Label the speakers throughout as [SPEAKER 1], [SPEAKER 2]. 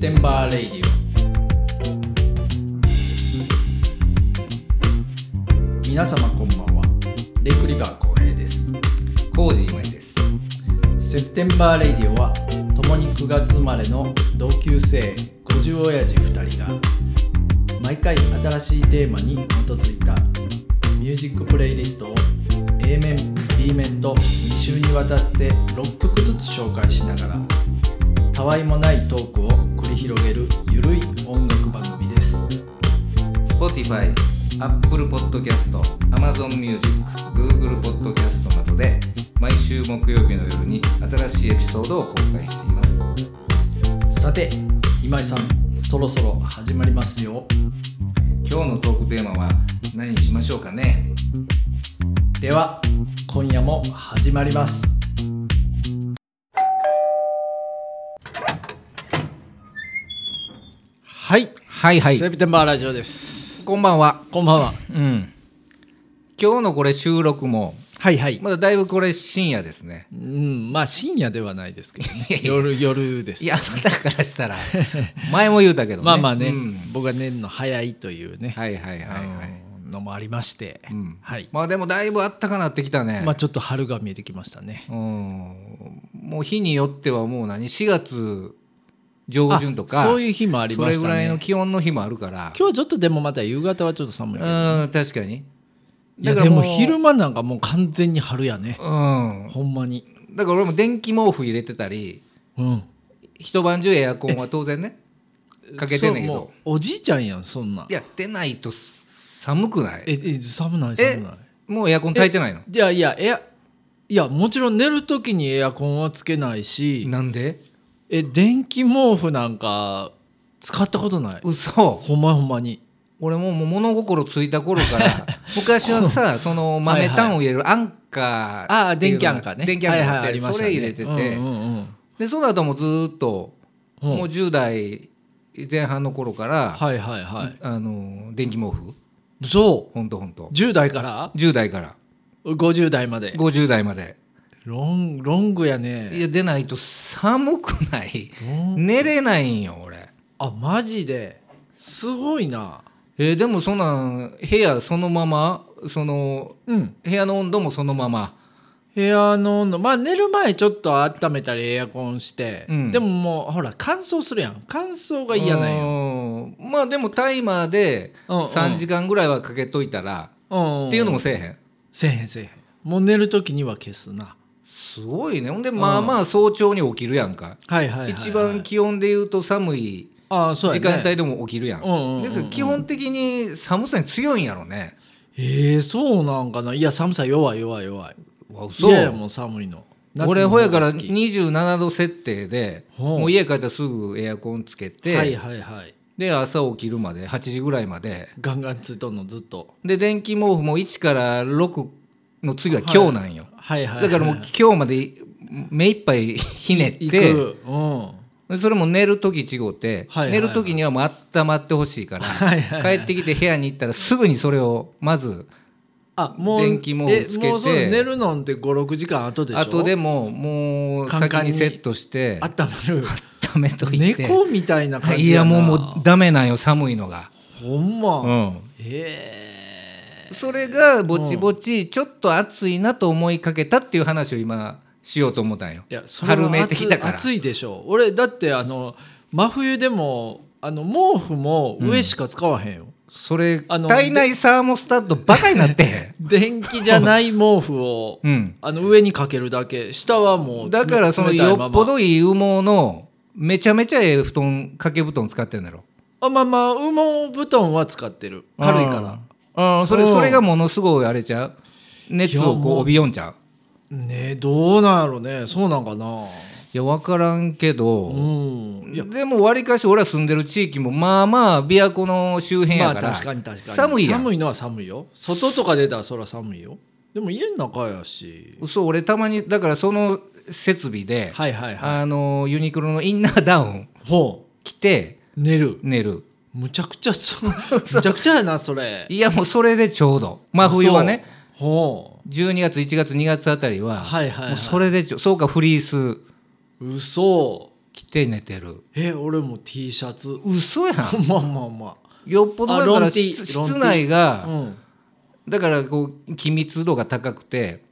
[SPEAKER 1] テンバーレイディオ皆様こんばんはレイクリバー浩平です
[SPEAKER 2] コージーまいです。
[SPEAKER 1] セプテンバーレイディオは共に9月生まれの同級生50親父2人が毎回新しいテーマに基づいたミュージックプレイリストを A 面 B 面と2週にわたって6曲ずつ紹介しながらたわいもないトークを繰り広げるゆるい音楽番組です
[SPEAKER 2] Spotify、Apple Podcast、Amazon Music、Google Podcast などで毎週木曜日の夜に新しいエピソードを公開しています。
[SPEAKER 1] さて今井さんそろそろ始まりますよ
[SPEAKER 2] 今日のトークテーマは何にしましょうかね
[SPEAKER 1] では今夜も始まりますはい、
[SPEAKER 2] はいは
[SPEAKER 1] セ。プテンバーラジオです
[SPEAKER 2] こんばんは。
[SPEAKER 1] こんばんは
[SPEAKER 2] うん。今日のこれ収録も、
[SPEAKER 1] はいはい、
[SPEAKER 2] まだだいぶこれ深夜ですね。
[SPEAKER 1] うん、まあ深夜ではないですけど、ね、夜夜です
[SPEAKER 2] いや、あなたからしたら、前も言うた けどね。
[SPEAKER 1] まあまあね、
[SPEAKER 2] うん
[SPEAKER 1] 僕が寝るの早いというね、
[SPEAKER 2] はいはいはい
[SPEAKER 1] あの
[SPEAKER 2] はい。
[SPEAKER 1] のもありまして、
[SPEAKER 2] うん
[SPEAKER 1] はい、
[SPEAKER 2] まあでもだいぶあったかなってきたね。
[SPEAKER 1] まあちょっと春が見えてきましたね
[SPEAKER 2] うんもう日によってはもう何4月上旬とか
[SPEAKER 1] あそういう日もありましたね
[SPEAKER 2] それぐらいの気温の日もあるから
[SPEAKER 1] 今日はちょっとでもまた夕方はちょっと寒いけど
[SPEAKER 2] うん確かに
[SPEAKER 1] いや
[SPEAKER 2] だか
[SPEAKER 1] で
[SPEAKER 2] ら
[SPEAKER 1] も
[SPEAKER 2] う
[SPEAKER 1] 昼間なんかもう完全に春やね、
[SPEAKER 2] うん
[SPEAKER 1] ほんまに
[SPEAKER 2] だから俺も電気毛布入れてたり
[SPEAKER 1] うん
[SPEAKER 2] 一晩中エアコンは当然ねかけてんねんけ
[SPEAKER 1] そう
[SPEAKER 2] ど
[SPEAKER 1] もうおじいちゃんやんそんなん
[SPEAKER 2] いや出ないとす寒くない
[SPEAKER 1] ええ寒ない
[SPEAKER 2] え
[SPEAKER 1] 寒ない
[SPEAKER 2] もうエアコン炊いてないの
[SPEAKER 1] いやいやエアいやもちろん寝る時にエアコンはつけないし
[SPEAKER 2] なんで
[SPEAKER 1] え電気毛布なんか使ったことない
[SPEAKER 2] 嘘
[SPEAKER 1] ほんまほんまに
[SPEAKER 2] 俺もうもう物心ついた頃から 昔はさその豆炭を入れるアンカー
[SPEAKER 1] ああ
[SPEAKER 2] っていう
[SPEAKER 1] 電
[SPEAKER 2] の
[SPEAKER 1] 気
[SPEAKER 2] が
[SPEAKER 1] あんかね
[SPEAKER 2] 電気あんか
[SPEAKER 1] はいはい
[SPEAKER 2] あ
[SPEAKER 1] あ
[SPEAKER 2] って
[SPEAKER 1] りまし
[SPEAKER 2] そ
[SPEAKER 1] たね
[SPEAKER 2] れ入れてて
[SPEAKER 1] うんうん
[SPEAKER 2] でその後もずーっと
[SPEAKER 1] うんうん
[SPEAKER 2] もう10代前半の頃から
[SPEAKER 1] はいはいはい
[SPEAKER 2] あの電気毛布
[SPEAKER 1] そ
[SPEAKER 2] ほんとほんと
[SPEAKER 1] う10代から
[SPEAKER 2] 10代から
[SPEAKER 1] 50代まで
[SPEAKER 2] 50代まで
[SPEAKER 1] ロンロングやね
[SPEAKER 2] いや出ないと寒くない
[SPEAKER 1] ロン
[SPEAKER 2] 寝れないんよ俺
[SPEAKER 1] あマジですごいな
[SPEAKER 2] えーでもそんなん部屋そのままその
[SPEAKER 1] うん
[SPEAKER 2] 部屋の温度もそのまま
[SPEAKER 1] 部屋の温度まあ寝る前ちょっと温めたりエアコンして、
[SPEAKER 2] うん
[SPEAKER 1] でももうほら乾燥するやん乾燥が嫌なんよ、
[SPEAKER 2] よまあでもタイマーで
[SPEAKER 1] うんうん
[SPEAKER 2] 3時間ぐらいはかけといたら
[SPEAKER 1] うん
[SPEAKER 2] っていうのもせえへん
[SPEAKER 1] せえへんせえへんもう寝る時には消すな
[SPEAKER 2] すごいねほんでまあまあ早朝に起きるやんか
[SPEAKER 1] はいはいはいはい、
[SPEAKER 2] 一番気温で言うと寒い
[SPEAKER 1] ああそうや、
[SPEAKER 2] 時
[SPEAKER 1] ね、
[SPEAKER 2] 間帯でも起きるやん
[SPEAKER 1] うんうんうんうん
[SPEAKER 2] だから基本的に寒さに強いんやろね
[SPEAKER 1] ええそうなんかないや寒さ弱い弱い弱いう
[SPEAKER 2] わ嘘
[SPEAKER 1] 嫌やもん寒いの夏
[SPEAKER 2] 俺
[SPEAKER 1] の
[SPEAKER 2] ほ
[SPEAKER 1] 方
[SPEAKER 2] やか
[SPEAKER 1] が
[SPEAKER 2] ら
[SPEAKER 1] 好き
[SPEAKER 2] 27度設定で
[SPEAKER 1] ほう
[SPEAKER 2] もう家帰ったらすぐエアコンつけ
[SPEAKER 1] はい
[SPEAKER 2] て
[SPEAKER 1] はいはい
[SPEAKER 2] で朝起きるまで8時ぐらいまで
[SPEAKER 1] ガンガンついとんのずっと
[SPEAKER 2] で電気毛布も1から6の次は今日なんよ
[SPEAKER 1] はいはいはい
[SPEAKER 2] だからもう今日まで目いっぱいひね
[SPEAKER 1] 行
[SPEAKER 2] っ
[SPEAKER 1] くうん
[SPEAKER 2] てそれも寝る時違うて
[SPEAKER 1] はいはいは
[SPEAKER 2] 寝
[SPEAKER 1] い
[SPEAKER 2] る時にはもう温まってほしいから
[SPEAKER 1] はいはいはい
[SPEAKER 2] 帰ってきて部屋に行ったらすぐにそれをまず
[SPEAKER 1] あもう
[SPEAKER 2] 電気毛布つけて
[SPEAKER 1] えもうそう寝るのんって56時間後でしょ
[SPEAKER 2] あとでももう
[SPEAKER 1] カン
[SPEAKER 2] 先
[SPEAKER 1] カンに
[SPEAKER 2] にセットして
[SPEAKER 1] あったまる
[SPEAKER 2] 温めといて
[SPEAKER 1] 猫みたいな感じ
[SPEAKER 2] いやもうもう
[SPEAKER 1] う
[SPEAKER 2] ダメなんよ寒いのが、
[SPEAKER 1] ほんま、
[SPEAKER 2] うん、
[SPEAKER 1] ええ
[SPEAKER 2] それがぼちぼちちょっと暑いなと思いかけたっていう話を今しようと思ったんよ
[SPEAKER 1] いやそれは
[SPEAKER 2] 春めいてきたから
[SPEAKER 1] 暑い暑いでしょ俺だってあの真冬でもあの毛布も上しか使わへんよ、
[SPEAKER 2] それ
[SPEAKER 1] あの
[SPEAKER 2] 体内サーモスタットバカになってへ ん
[SPEAKER 1] 電気じゃない毛布を、
[SPEAKER 2] うん
[SPEAKER 1] あの上にかけるだけ下はもう
[SPEAKER 2] だからその
[SPEAKER 1] 冷たいまま
[SPEAKER 2] よっぽどいい羽毛のめちゃめちゃええ布団掛け布団使ってんだろ
[SPEAKER 1] あまあまあ羽毛布団は使ってる軽いから
[SPEAKER 2] らうんそれ
[SPEAKER 1] うん
[SPEAKER 2] それがものすごいあれちゃう熱をこう帯びよんちゃう
[SPEAKER 1] ねどうなんやろねそうなんかない
[SPEAKER 2] や分からんけど、
[SPEAKER 1] うんいや
[SPEAKER 2] でもわりかし俺ら住んでる地域もまあまあ琵琶湖の周辺
[SPEAKER 1] ま
[SPEAKER 2] や
[SPEAKER 1] あ
[SPEAKER 2] から,、
[SPEAKER 1] 確かに確かに
[SPEAKER 2] 寒いやん
[SPEAKER 1] 寒いのは寒いよ外とか出たらそら寒いよでも家の中やし
[SPEAKER 2] そう俺たまにだからその設備で、
[SPEAKER 1] はいはいは
[SPEAKER 2] あのユニクロのインナーダウン
[SPEAKER 1] いほ
[SPEAKER 2] 着て
[SPEAKER 1] う寝る
[SPEAKER 2] 寝る
[SPEAKER 1] むちゃくちゃ そむちゃくちゃやなそれ
[SPEAKER 2] いやもうそれでちょうど真冬はね
[SPEAKER 1] そうほ
[SPEAKER 2] 12月1月2月あたりは、
[SPEAKER 1] はいはいはい
[SPEAKER 2] もうそれでちょそうかフリース
[SPEAKER 1] う嘘
[SPEAKER 2] 着て寝てる
[SPEAKER 1] え俺も T シャツ
[SPEAKER 2] 嘘やん
[SPEAKER 1] まあまあま
[SPEAKER 2] よっぽどだ
[SPEAKER 1] あ
[SPEAKER 2] か
[SPEAKER 1] ロン
[SPEAKER 2] ら
[SPEAKER 1] ティ
[SPEAKER 2] 室
[SPEAKER 1] ロンティ
[SPEAKER 2] 室内
[SPEAKER 1] あ
[SPEAKER 2] が
[SPEAKER 1] うん
[SPEAKER 2] だからこう気密度が高くて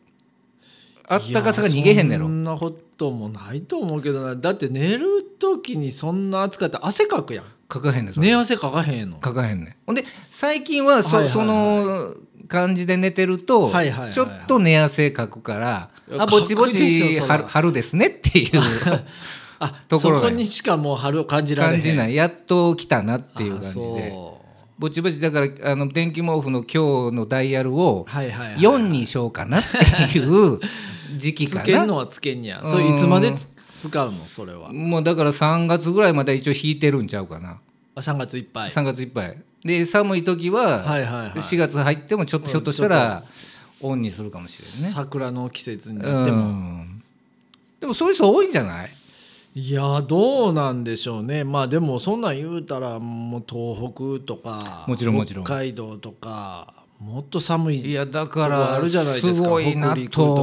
[SPEAKER 2] あったかさが逃げへんねや
[SPEAKER 1] いやそ
[SPEAKER 2] ろ
[SPEAKER 1] んなこともないと思うけどなだって寝る時にそんな暑かったら汗かくやん
[SPEAKER 2] かかへんねんそれ
[SPEAKER 1] 寝汗かかへんの
[SPEAKER 2] かかへんねんほんで最近はそ,、
[SPEAKER 1] はいはいはい
[SPEAKER 2] その感じで寝てる
[SPEAKER 1] は
[SPEAKER 2] と、
[SPEAKER 1] いはいはいはい
[SPEAKER 2] ちょっと寝汗かくから
[SPEAKER 1] いや
[SPEAKER 2] あぼちぼ
[SPEAKER 1] かくでし
[SPEAKER 2] ち
[SPEAKER 1] ょそら
[SPEAKER 2] 春春ですねって いう
[SPEAKER 1] あ
[SPEAKER 2] と
[SPEAKER 1] そ
[SPEAKER 2] ころなんや
[SPEAKER 1] こにしかもう春を感じられへん
[SPEAKER 2] 感じないいやっと来たなっていう感じでぼちぼちだからあの電気毛布の今日のダイヤルを
[SPEAKER 1] はいはい、はい、
[SPEAKER 2] 4にしようかなっていう時期
[SPEAKER 1] つ
[SPEAKER 2] か
[SPEAKER 1] けん
[SPEAKER 2] な
[SPEAKER 1] のはつけんや
[SPEAKER 2] うん
[SPEAKER 1] それいつまでつ使うのそれは
[SPEAKER 2] もうだから3月ぐらいまで一応引いてるんちゃうかな、
[SPEAKER 1] あ3月いっぱい
[SPEAKER 2] 3月いっぱいで寒い時は
[SPEAKER 1] はいはいはい
[SPEAKER 2] 4月入ってもちょっとひょっとしたらオンにするかもしれないね
[SPEAKER 1] 桜の季節になって
[SPEAKER 2] で
[SPEAKER 1] も、
[SPEAKER 2] もでもそういう人多いんじゃない
[SPEAKER 1] いやーどうなんでしょうねまあでもそんなん言うたらもう東北とか
[SPEAKER 2] もちろんもちろん
[SPEAKER 1] 北海道とかもっと寒い
[SPEAKER 2] いやだか
[SPEAKER 1] とこあ
[SPEAKER 2] ら
[SPEAKER 1] るじゃないですか
[SPEAKER 2] すごいな
[SPEAKER 1] 北陸
[SPEAKER 2] と
[SPEAKER 1] とか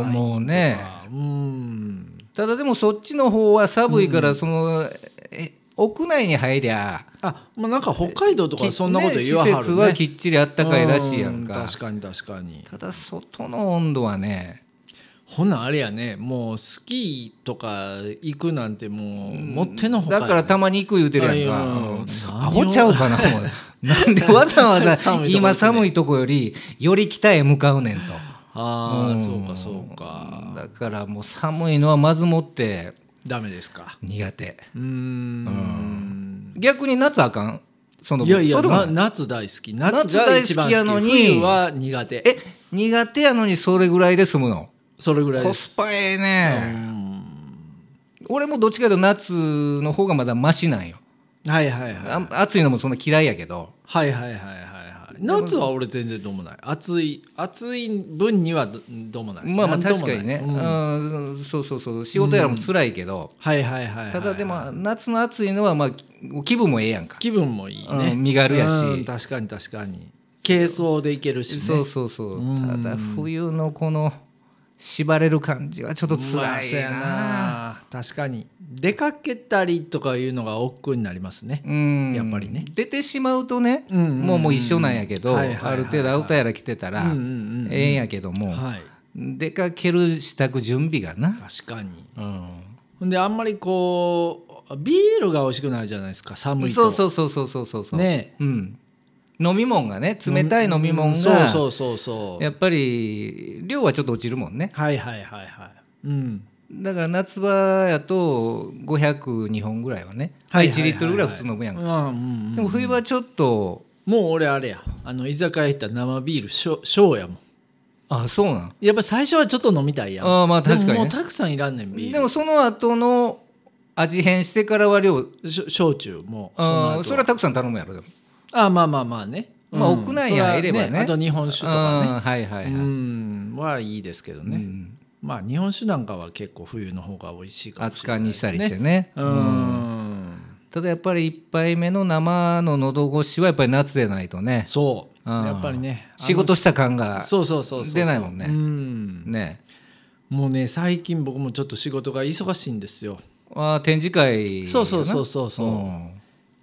[SPEAKER 2] 思うね
[SPEAKER 1] うん
[SPEAKER 2] ただでもそっちの方は寒いからそのえ屋内に入りゃ
[SPEAKER 1] あまあなんか北海道とか
[SPEAKER 2] き
[SPEAKER 1] そんなこと言わはるね
[SPEAKER 2] ね施設はきっちりあったかいらしいやん
[SPEAKER 1] う
[SPEAKER 2] か
[SPEAKER 1] 確かに確かに
[SPEAKER 2] ただ外の温度はね
[SPEAKER 1] ほなあれやねもうスキーとか行くなんてもうもってのほか
[SPEAKER 2] だ
[SPEAKER 1] やね
[SPEAKER 2] からたまに行く言うてるやん
[SPEAKER 1] あいや
[SPEAKER 2] かうん
[SPEAKER 1] 何を
[SPEAKER 2] アホちゃうかなも うなんでわざわざ
[SPEAKER 1] 寒いとこ行くね
[SPEAKER 2] 今寒いとこよりより北へ向かうねんと
[SPEAKER 1] あ
[SPEAKER 2] う
[SPEAKER 1] あ
[SPEAKER 2] ん
[SPEAKER 1] そうかそうか
[SPEAKER 2] だからもう寒いのはまずもって
[SPEAKER 1] ダメですか
[SPEAKER 2] 苦手
[SPEAKER 1] うーん
[SPEAKER 2] 逆に夏あかんその
[SPEAKER 1] いやいや
[SPEAKER 2] そうでもな
[SPEAKER 1] な夏大好き夏が一番好き
[SPEAKER 2] 夏大好きやのに
[SPEAKER 1] 冬は苦手
[SPEAKER 2] え苦手やのにそれぐらいで済むの
[SPEAKER 1] それぐらい
[SPEAKER 2] コ
[SPEAKER 1] です
[SPEAKER 2] スパええ
[SPEAKER 1] う
[SPEAKER 2] ね
[SPEAKER 1] ん
[SPEAKER 2] 俺もどっちかというと夏の方がまだマシなんよ
[SPEAKER 1] はいはいはい
[SPEAKER 2] あ暑いのもそんな嫌いやけど
[SPEAKER 1] はいはいはいはいはい夏は俺全然どうもない暑い暑い分にはどどうもない
[SPEAKER 2] まあま
[SPEAKER 1] な
[SPEAKER 2] あ
[SPEAKER 1] んと
[SPEAKER 2] 確
[SPEAKER 1] も
[SPEAKER 2] か
[SPEAKER 1] ない
[SPEAKER 2] にね、
[SPEAKER 1] うん
[SPEAKER 2] うん、そうそうそう仕事やらも辛いけど、
[SPEAKER 1] はいはいはいはい
[SPEAKER 2] ただでも夏の暑いのはまあ気分もええやんか、
[SPEAKER 1] 気分もいいね
[SPEAKER 2] うん身軽やし
[SPEAKER 1] うん確かに確かに軽装でいけるしね
[SPEAKER 2] そうそうそう、
[SPEAKER 1] うん
[SPEAKER 2] ただ冬のこの縛れる感じはちょっと辛いな,、
[SPEAKER 1] まあそうやな確かに出かけたりとかいうのが億劫になりますね
[SPEAKER 2] うん
[SPEAKER 1] やっぱりね
[SPEAKER 2] 出てしまうとね、
[SPEAKER 1] うんうんうん
[SPEAKER 2] もうもう一緒なんやけど、
[SPEAKER 1] はいはいはいはい
[SPEAKER 2] ある程度アウターやら来てたら、
[SPEAKER 1] うんうんうん
[SPEAKER 2] ええんやけども、
[SPEAKER 1] はい
[SPEAKER 2] 出かける支度準備がな、
[SPEAKER 1] 確かに
[SPEAKER 2] うん
[SPEAKER 1] ほんであんまりこうビールが美味しくないじゃないですか寒い
[SPEAKER 2] そ
[SPEAKER 1] と
[SPEAKER 2] うそうそうそうそうそうそう、
[SPEAKER 1] ね
[SPEAKER 2] うん、飲み物がね冷たい飲み物
[SPEAKER 1] うん
[SPEAKER 2] が、
[SPEAKER 1] そうそうそうそう
[SPEAKER 2] やっぱり量はちょっと落ちるもんね
[SPEAKER 1] はいはいはいはいうん
[SPEAKER 2] だから夏場やと502本ぐらいはね、
[SPEAKER 1] はい
[SPEAKER 2] 1リットルぐらい普通飲むやんか、
[SPEAKER 1] うんうん
[SPEAKER 2] で
[SPEAKER 1] うん
[SPEAKER 2] も冬場ちょっと
[SPEAKER 1] もう俺あれやあの居酒屋行ったら生ビールショショーやもん
[SPEAKER 2] あそうなん
[SPEAKER 1] やっぱ最初はちょっと飲みたいやん
[SPEAKER 2] あーまあ確かにね
[SPEAKER 1] でももうたくさんいらんねんビール
[SPEAKER 2] でもその後の味変してからは量
[SPEAKER 1] しょ焼酎もう
[SPEAKER 2] あーそ
[SPEAKER 1] その
[SPEAKER 2] れ
[SPEAKER 1] 後
[SPEAKER 2] はたくさん頼むやろでも
[SPEAKER 1] ああまあまあまあね
[SPEAKER 2] まあ
[SPEAKER 1] うん
[SPEAKER 2] 屋内に入ればね
[SPEAKER 1] そはあと日本酒とかね
[SPEAKER 2] うんはいはいはい、
[SPEAKER 1] うんはいいですけど
[SPEAKER 2] う
[SPEAKER 1] ね、
[SPEAKER 2] ん
[SPEAKER 1] まあ日本酒なんかは結構冬の方が美味しいかも
[SPEAKER 2] 熱
[SPEAKER 1] しれない
[SPEAKER 2] 燗にしたりして
[SPEAKER 1] ね
[SPEAKER 2] ね
[SPEAKER 1] うん
[SPEAKER 2] ただやっぱり1杯目の生の喉越しはやっぱり夏でないとね
[SPEAKER 1] そう
[SPEAKER 2] うん
[SPEAKER 1] やっぱりね
[SPEAKER 2] 仕事した感
[SPEAKER 1] あ
[SPEAKER 2] が
[SPEAKER 1] のそうそうそうそう
[SPEAKER 2] 出ないもんね
[SPEAKER 1] うん
[SPEAKER 2] ね
[SPEAKER 1] もうね最近僕もちょっと仕事が忙しいんですよ
[SPEAKER 2] あー展示会やな
[SPEAKER 1] そうそうそうそうそう
[SPEAKER 2] うん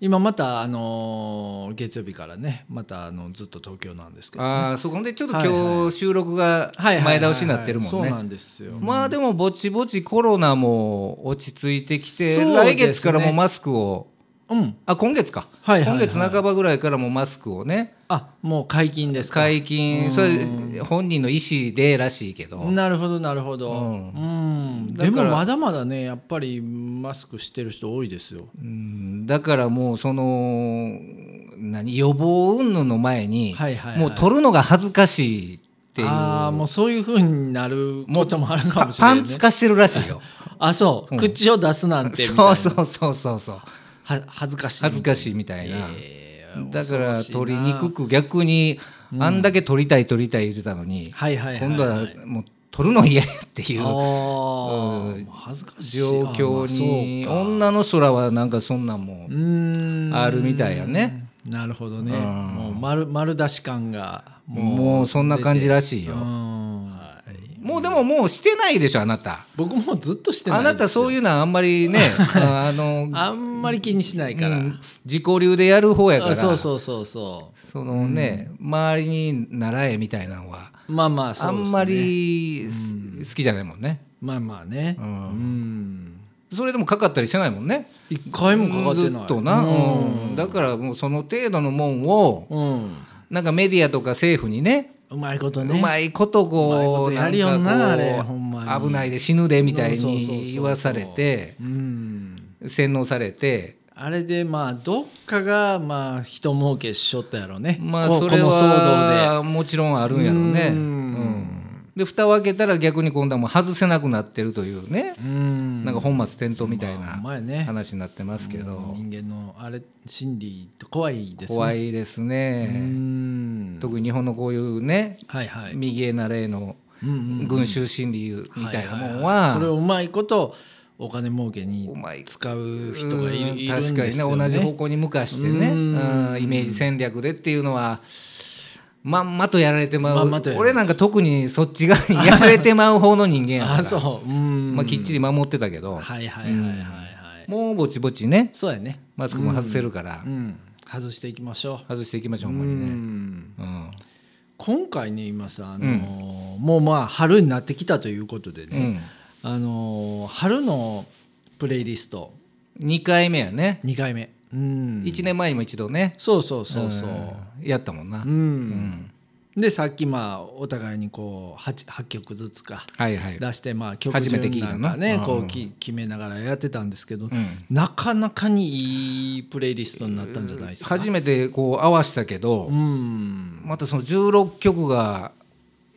[SPEAKER 1] 今またあのー月曜日からねまたあのずっと東京なんですけど
[SPEAKER 2] ああそこでちょっと
[SPEAKER 1] はい
[SPEAKER 2] 今日収録が
[SPEAKER 1] はいはいはいはい
[SPEAKER 2] 前倒しになってるもん
[SPEAKER 1] そうな
[SPEAKER 2] ね
[SPEAKER 1] んですよ
[SPEAKER 2] まあでもぼちぼちコロナも落ち着いてきて、
[SPEAKER 1] そうですね
[SPEAKER 2] 来月からもうマスクを
[SPEAKER 1] うん
[SPEAKER 2] あ今月か、
[SPEAKER 1] はいはいはい
[SPEAKER 2] 今月半ばぐらいからもうマスクをね
[SPEAKER 1] あもう解禁ですか
[SPEAKER 2] 解禁それ本人の意思でらしいけど、
[SPEAKER 1] なるほどなるほどう
[SPEAKER 2] うんん、
[SPEAKER 1] で
[SPEAKER 2] だ
[SPEAKER 1] も
[SPEAKER 2] から
[SPEAKER 1] まだまだねやっぱりマスクしてる人多いですよ
[SPEAKER 2] うんだからもうその何予防云々の前に、
[SPEAKER 1] はいはいはい
[SPEAKER 2] もう取るのが恥ずかしいっていう
[SPEAKER 1] ああもうそういう風になることもあるかも
[SPEAKER 2] パ
[SPEAKER 1] しれ
[SPEAKER 2] パ
[SPEAKER 1] ない、ね、
[SPEAKER 2] ンツ化してるらしいよ
[SPEAKER 1] あそう、
[SPEAKER 2] うん
[SPEAKER 1] 口を出すなんてみたいな
[SPEAKER 2] そうそうそうそうそう
[SPEAKER 1] は恥ずかしい
[SPEAKER 2] 恥ずかしいみたいな、だから取りにくく逆にあんだけ取りたい取りたい言ってたのに、
[SPEAKER 1] はいはいはい、
[SPEAKER 2] 今度はもう取るの嫌やっていう
[SPEAKER 1] あー
[SPEAKER 2] うん
[SPEAKER 1] もう恥ずかしい
[SPEAKER 2] 状況に
[SPEAKER 1] あまあそうか
[SPEAKER 2] 女の空はなんかそんなんも
[SPEAKER 1] うーん
[SPEAKER 2] あるみたいやね
[SPEAKER 1] なるほどね
[SPEAKER 2] うん
[SPEAKER 1] もう丸丸出し感が
[SPEAKER 2] もうそんな感じらしいよ
[SPEAKER 1] うんはい
[SPEAKER 2] もうでももうしてないでしょあなた
[SPEAKER 1] 僕もずっとしてない
[SPEAKER 2] あなたそういううのはあんま りねあの
[SPEAKER 1] あんまり気にしないか
[SPEAKER 2] う
[SPEAKER 1] ら、
[SPEAKER 2] ん自己流でやる方やから
[SPEAKER 1] あそうそうそうそ
[SPEAKER 2] そのね、周りに習えみたいなのは
[SPEAKER 1] うまあまあそう
[SPEAKER 2] あ
[SPEAKER 1] です、ね、
[SPEAKER 2] んまりす、好きじゃないもんね、
[SPEAKER 1] まあまあね
[SPEAKER 2] う
[SPEAKER 1] うんん、
[SPEAKER 2] それでもかかったりしてないもんね
[SPEAKER 1] 一回もかかってない
[SPEAKER 2] ずっとな、うん
[SPEAKER 1] うん
[SPEAKER 2] だからもうその程度のもんを
[SPEAKER 1] うん
[SPEAKER 2] なんかメディアとか政府にね
[SPEAKER 1] うまいこと
[SPEAKER 2] う
[SPEAKER 1] ね
[SPEAKER 2] まいこ
[SPEAKER 1] う
[SPEAKER 2] と
[SPEAKER 1] まい
[SPEAKER 2] こ
[SPEAKER 1] こ
[SPEAKER 2] う
[SPEAKER 1] とやるよな
[SPEAKER 2] なん
[SPEAKER 1] あ
[SPEAKER 2] かこう
[SPEAKER 1] れほんまに
[SPEAKER 2] 危ないで死ぬでみたい
[SPEAKER 1] そうそうそう
[SPEAKER 2] に
[SPEAKER 1] そう
[SPEAKER 2] 言わされて
[SPEAKER 1] うん
[SPEAKER 2] 洗脳されて
[SPEAKER 1] あれでまあどっかがまあ人儲けしちょったやろね
[SPEAKER 2] まあ
[SPEAKER 1] こ
[SPEAKER 2] それ
[SPEAKER 1] この騒動で
[SPEAKER 2] はもちろんあるんやろね。
[SPEAKER 1] うん
[SPEAKER 2] うんで蓋を開けたら逆に今度はもう外せなくなってるというね、
[SPEAKER 1] うん
[SPEAKER 2] なんか本末転倒みたい
[SPEAKER 1] まあ
[SPEAKER 2] な
[SPEAKER 1] ほんまやね
[SPEAKER 2] 話になってますけど、
[SPEAKER 1] 人間のあれ心理って怖いですね
[SPEAKER 2] 怖
[SPEAKER 1] い
[SPEAKER 2] いです
[SPEAKER 1] う
[SPEAKER 2] ね。
[SPEAKER 1] ん
[SPEAKER 2] 特に日本のこういうね
[SPEAKER 1] はいはい
[SPEAKER 2] 右へなれへの
[SPEAKER 1] うんうん
[SPEAKER 2] 群衆心理みたいなもん
[SPEAKER 1] いいい
[SPEAKER 2] は
[SPEAKER 1] それをうまいことお金儲けに
[SPEAKER 2] うまい
[SPEAKER 1] 使う人がいる,、
[SPEAKER 2] うん
[SPEAKER 1] いるんですよ
[SPEAKER 2] 確
[SPEAKER 1] ね
[SPEAKER 2] かにね同じ方向に向かしてね
[SPEAKER 1] うん
[SPEAKER 2] うんイメージ戦略でっていうのはまんまとやられてまう、
[SPEAKER 1] まんまとやられ
[SPEAKER 2] 俺なんか特にそっちがやられてまう方の人間やから
[SPEAKER 1] あそううん
[SPEAKER 2] まあ、きっちり守ってたけど、
[SPEAKER 1] はいはいはいはいはいはい
[SPEAKER 2] もうぼちぼちね
[SPEAKER 1] そうやね
[SPEAKER 2] マスクも外せるから、
[SPEAKER 1] うん外していきましょ
[SPEAKER 2] 外していきましょう
[SPEAKER 1] う
[SPEAKER 2] ほんまに
[SPEAKER 1] う
[SPEAKER 2] ね、
[SPEAKER 1] ん
[SPEAKER 2] うん
[SPEAKER 1] 今回ね今さあのーもうまあ春になってきたということで
[SPEAKER 2] う
[SPEAKER 1] ね、
[SPEAKER 2] ん、
[SPEAKER 1] あのー春のプレイリスト
[SPEAKER 2] 2回目やね、
[SPEAKER 1] 2回目うん
[SPEAKER 2] 一1年前にも一度ね
[SPEAKER 1] そうそうそうそう
[SPEAKER 2] うんやったもんな、
[SPEAKER 1] うん、
[SPEAKER 2] うん
[SPEAKER 1] でさっきまあお互いにこう 8, 8曲ずつか
[SPEAKER 2] はいはい、
[SPEAKER 1] 出してまあ曲
[SPEAKER 2] 初めて聞い
[SPEAKER 1] 順
[SPEAKER 2] た
[SPEAKER 1] な
[SPEAKER 2] なん
[SPEAKER 1] かねこ
[SPEAKER 2] う
[SPEAKER 1] うんき決めながらやってたんですけど、
[SPEAKER 2] うん、
[SPEAKER 1] なかなかにいいプレイリストになったんじゃないですか。
[SPEAKER 2] 初めてこう合わしたけど、
[SPEAKER 1] うん、
[SPEAKER 2] またその16曲が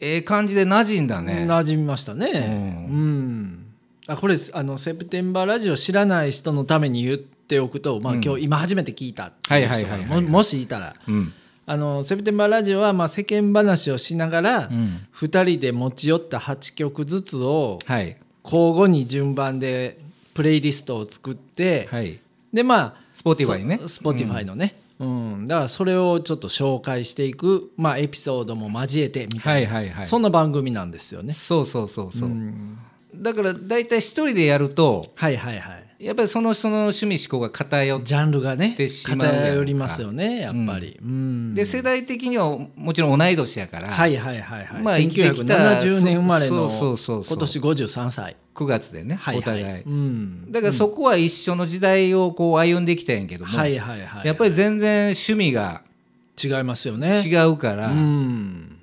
[SPEAKER 2] ええ感じで馴染んだね
[SPEAKER 1] 馴染みましたね。
[SPEAKER 2] う
[SPEAKER 1] うん、あこれあのセプテンバーラジオ知らない人のために言っておくと、まあ
[SPEAKER 2] うん
[SPEAKER 1] 今日今初めて聞いたっていう人
[SPEAKER 2] はいはいは
[SPEAKER 1] が
[SPEAKER 2] いはいは
[SPEAKER 1] も
[SPEAKER 2] い
[SPEAKER 1] もしいたら。
[SPEAKER 2] うん、
[SPEAKER 1] あのセプテンバーラジオはまあ世間話をしながら、
[SPEAKER 2] うん
[SPEAKER 1] 2人で持ち寄った8曲ずつを
[SPEAKER 2] はい
[SPEAKER 1] 交互に順番でプレイリストを作って、
[SPEAKER 2] はい
[SPEAKER 1] でまあ
[SPEAKER 2] Spotify ね
[SPEAKER 1] スポティファイのね、うんだからそれをちょっと紹介していく、まあ、エピソードも交えてみたい
[SPEAKER 2] はいはいは
[SPEAKER 1] な、
[SPEAKER 2] い
[SPEAKER 1] そんな番組なんですよね。
[SPEAKER 2] そうそうそうそう、
[SPEAKER 1] ん
[SPEAKER 2] だから大体一人でやると
[SPEAKER 1] はいはいはい。
[SPEAKER 2] やっぱりその人の趣味思考が偏って
[SPEAKER 1] ジャンルがね
[SPEAKER 2] てしまうやんか
[SPEAKER 1] 偏りますよねやっぱり。うん
[SPEAKER 2] で世代的にはもちろん同い年やから、
[SPEAKER 1] はいはいはいはい。
[SPEAKER 2] まあ生きてきた
[SPEAKER 1] 1970年生まれの
[SPEAKER 2] そうそうそうそう
[SPEAKER 1] 今年53歳。
[SPEAKER 2] 9月でね、
[SPEAKER 1] はい
[SPEAKER 2] お
[SPEAKER 1] はい。
[SPEAKER 2] 互い、
[SPEAKER 1] うん。
[SPEAKER 2] だからそこは一緒の時代をこう歩んできたんやけども、
[SPEAKER 1] はいはいはい。
[SPEAKER 2] やっぱり全然趣味が
[SPEAKER 1] り違いますよね。
[SPEAKER 2] 違うから、
[SPEAKER 1] うん。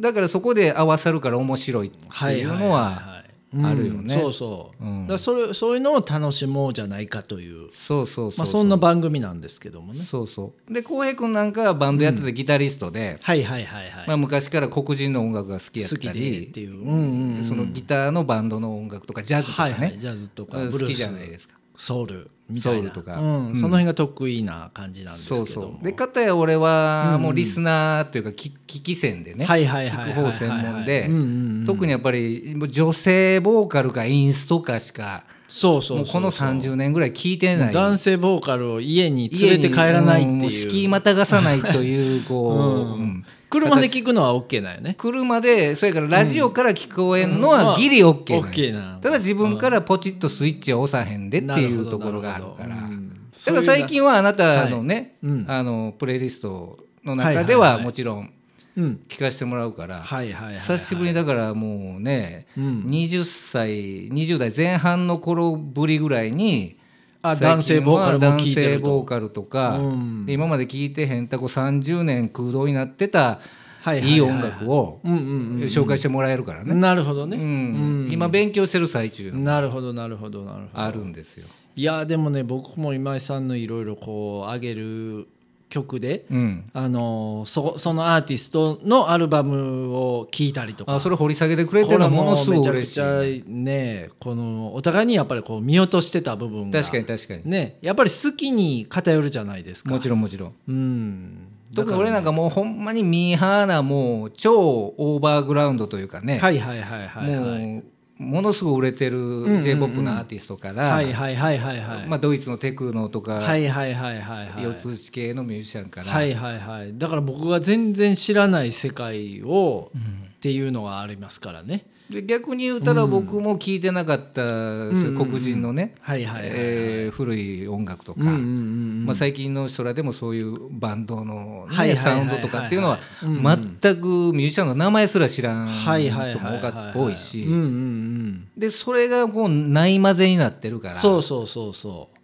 [SPEAKER 2] だからそこで合わさるから面白いって
[SPEAKER 1] はい
[SPEAKER 2] いう
[SPEAKER 1] はい
[SPEAKER 2] のは
[SPEAKER 1] はいはい
[SPEAKER 2] あるよね
[SPEAKER 1] うんそうそう。
[SPEAKER 2] うん
[SPEAKER 1] だからそれそういうのを楽しもうじゃないかという。
[SPEAKER 2] そうそうそうそう
[SPEAKER 1] まあそんな番組なんですけどもね。
[SPEAKER 2] そうそうで浩平君なんかはバンドやっててギタリストで、
[SPEAKER 1] はいはいはいはい。
[SPEAKER 2] まあ、昔から黒人の音楽が好きやっ
[SPEAKER 1] 好き
[SPEAKER 2] た
[SPEAKER 1] でっ
[SPEAKER 2] り
[SPEAKER 1] ていう。うんうん。
[SPEAKER 2] そのギターのバンドの音楽とかジャズとか
[SPEAKER 1] はい
[SPEAKER 2] ね、
[SPEAKER 1] はい。ジャズとか
[SPEAKER 2] うん
[SPEAKER 1] ブ
[SPEAKER 2] 好
[SPEAKER 1] ルー
[SPEAKER 2] き
[SPEAKER 1] ス
[SPEAKER 2] じゃないですか
[SPEAKER 1] ソウルみたいな
[SPEAKER 2] ソウルとか
[SPEAKER 1] うん
[SPEAKER 2] うん
[SPEAKER 1] その辺が得意な感じなんですけど
[SPEAKER 2] そう
[SPEAKER 1] も
[SPEAKER 2] そうで片や俺はもうリスナーというか聞聞き専でね、
[SPEAKER 1] はいはいはい
[SPEAKER 2] 聞
[SPEAKER 1] は
[SPEAKER 2] く
[SPEAKER 1] いはい
[SPEAKER 2] 方専門で、
[SPEAKER 1] うんうんうん
[SPEAKER 2] 特にやっぱりもう女性ボーカルかインストかしか
[SPEAKER 1] そうそうそう
[SPEAKER 2] もうこの30年ぐらい聞いてない
[SPEAKER 1] 男性ボーカルを家に連れて帰らないって
[SPEAKER 2] 家にもう
[SPEAKER 1] い
[SPEAKER 2] 敷
[SPEAKER 1] う
[SPEAKER 2] 居またがさないという こう、うん
[SPEAKER 1] 車で聞くのは OK なんよね
[SPEAKER 2] 車でそれからラジオから聞こえんの
[SPEAKER 1] うんま
[SPEAKER 2] は
[SPEAKER 1] あ
[SPEAKER 2] ギリ OK なんよ、
[SPEAKER 1] OK なんだ
[SPEAKER 2] ただ自分からポチッとスイッチを押さへんでっていうところがあるから
[SPEAKER 1] なほどなほどうん
[SPEAKER 2] だから最近はあなたのね、
[SPEAKER 1] はいうん
[SPEAKER 2] あのプレイリストの中
[SPEAKER 1] はいは
[SPEAKER 2] で
[SPEAKER 1] い
[SPEAKER 2] は
[SPEAKER 1] はい
[SPEAKER 2] もちろ
[SPEAKER 1] そうい
[SPEAKER 2] ん
[SPEAKER 1] ううん
[SPEAKER 2] 聞かせてもらうから、
[SPEAKER 1] はいはいはいはい
[SPEAKER 2] 久しぶりにだからもうね、
[SPEAKER 1] うん
[SPEAKER 2] 20歳20代前半の頃ぶりぐらいに
[SPEAKER 1] あ
[SPEAKER 2] 最近は
[SPEAKER 1] 男性ボーカルも聞いてると
[SPEAKER 2] 男性ボーカルとか、
[SPEAKER 1] うん
[SPEAKER 2] で今まで聞いてへんたこ30年空洞になってた
[SPEAKER 1] はいはいはい
[SPEAKER 2] いい音楽を
[SPEAKER 1] うんうん
[SPEAKER 2] 紹介してもらえるから
[SPEAKER 1] う
[SPEAKER 2] ね、
[SPEAKER 1] んなるほど
[SPEAKER 2] う
[SPEAKER 1] ね、
[SPEAKER 2] ん今勉強してる最中の
[SPEAKER 1] なるほどなるほどなるほど
[SPEAKER 2] あるんですよ。
[SPEAKER 1] いやでもね僕も今井さんのいろいろこう上げる曲で、
[SPEAKER 2] うん、
[SPEAKER 1] あのそそのアーティストのアルバムを聴いたりとか
[SPEAKER 2] あそれ掘り下げてくれてるのものすご
[SPEAKER 1] こ
[SPEAKER 2] く
[SPEAKER 1] れもめ
[SPEAKER 2] 嬉し
[SPEAKER 1] ち
[SPEAKER 2] い
[SPEAKER 1] ゃくちゃねこのお互いにやっぱりこう見落としてた部分が
[SPEAKER 2] 確かに確かに、
[SPEAKER 1] ねやっぱり好きに偏るじゃないですか
[SPEAKER 2] もちろんもちろん
[SPEAKER 1] うん
[SPEAKER 2] 特に俺なんかもうほんまにミーハーなもう超オーバーグラウンドというかね、
[SPEAKER 1] はいはいはいはいはい
[SPEAKER 2] もうものすごい売れてる j p o p のアーティストから、
[SPEAKER 1] はいはいはいはいはい
[SPEAKER 2] まあ、ドイツのテクノとか、
[SPEAKER 1] はいはいはいはいはい
[SPEAKER 2] 四つ打ち系のミュージシャンから、
[SPEAKER 1] はいはいはいだから僕が全然知らない世界をっていうのがありますからね。
[SPEAKER 2] で逆に言うたら僕も聞いてなかった、そういう黒人のね、
[SPEAKER 1] はいはいはいはい
[SPEAKER 2] えー古い音楽とか、
[SPEAKER 1] うんうんうんうん
[SPEAKER 2] まあ、最近の人らでもそういうバンドのね、
[SPEAKER 1] はいはいはい
[SPEAKER 2] サ
[SPEAKER 1] は
[SPEAKER 2] ウ
[SPEAKER 1] い
[SPEAKER 2] ンドとかっていうのは
[SPEAKER 1] うんうん
[SPEAKER 2] 全くミュージシャンの名前すら知らん
[SPEAKER 1] はいはい
[SPEAKER 2] 人も多か多いし
[SPEAKER 1] うんうんうん
[SPEAKER 2] でそれがこうない混ぜになってるから
[SPEAKER 1] そうそうそうそう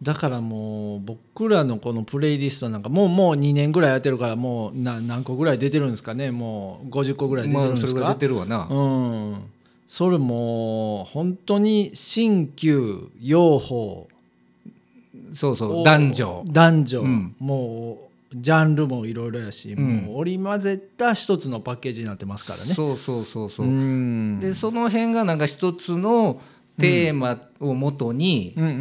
[SPEAKER 1] だからもう僕らのこのプレイリストなんかもうもう2年ぐらいやってるからもうな何個ぐらい出てるんですかねもう50個ぐらい出て
[SPEAKER 2] ま
[SPEAKER 1] るん
[SPEAKER 2] あ
[SPEAKER 1] で
[SPEAKER 2] それ
[SPEAKER 1] す
[SPEAKER 2] ぐ
[SPEAKER 1] か、
[SPEAKER 2] らい出てるわな、
[SPEAKER 1] うんそれもう本当に新旧養蜂
[SPEAKER 2] そうそう男女
[SPEAKER 1] 男女、
[SPEAKER 2] うん
[SPEAKER 1] もうジャンルもいろいろやし、
[SPEAKER 2] うん
[SPEAKER 1] もう織り交ぜた一つのパッケージになってますからね
[SPEAKER 2] そうそうそうそう、
[SPEAKER 1] ん
[SPEAKER 2] でその辺がなんか一つのテーマをもとに
[SPEAKER 1] うんうんう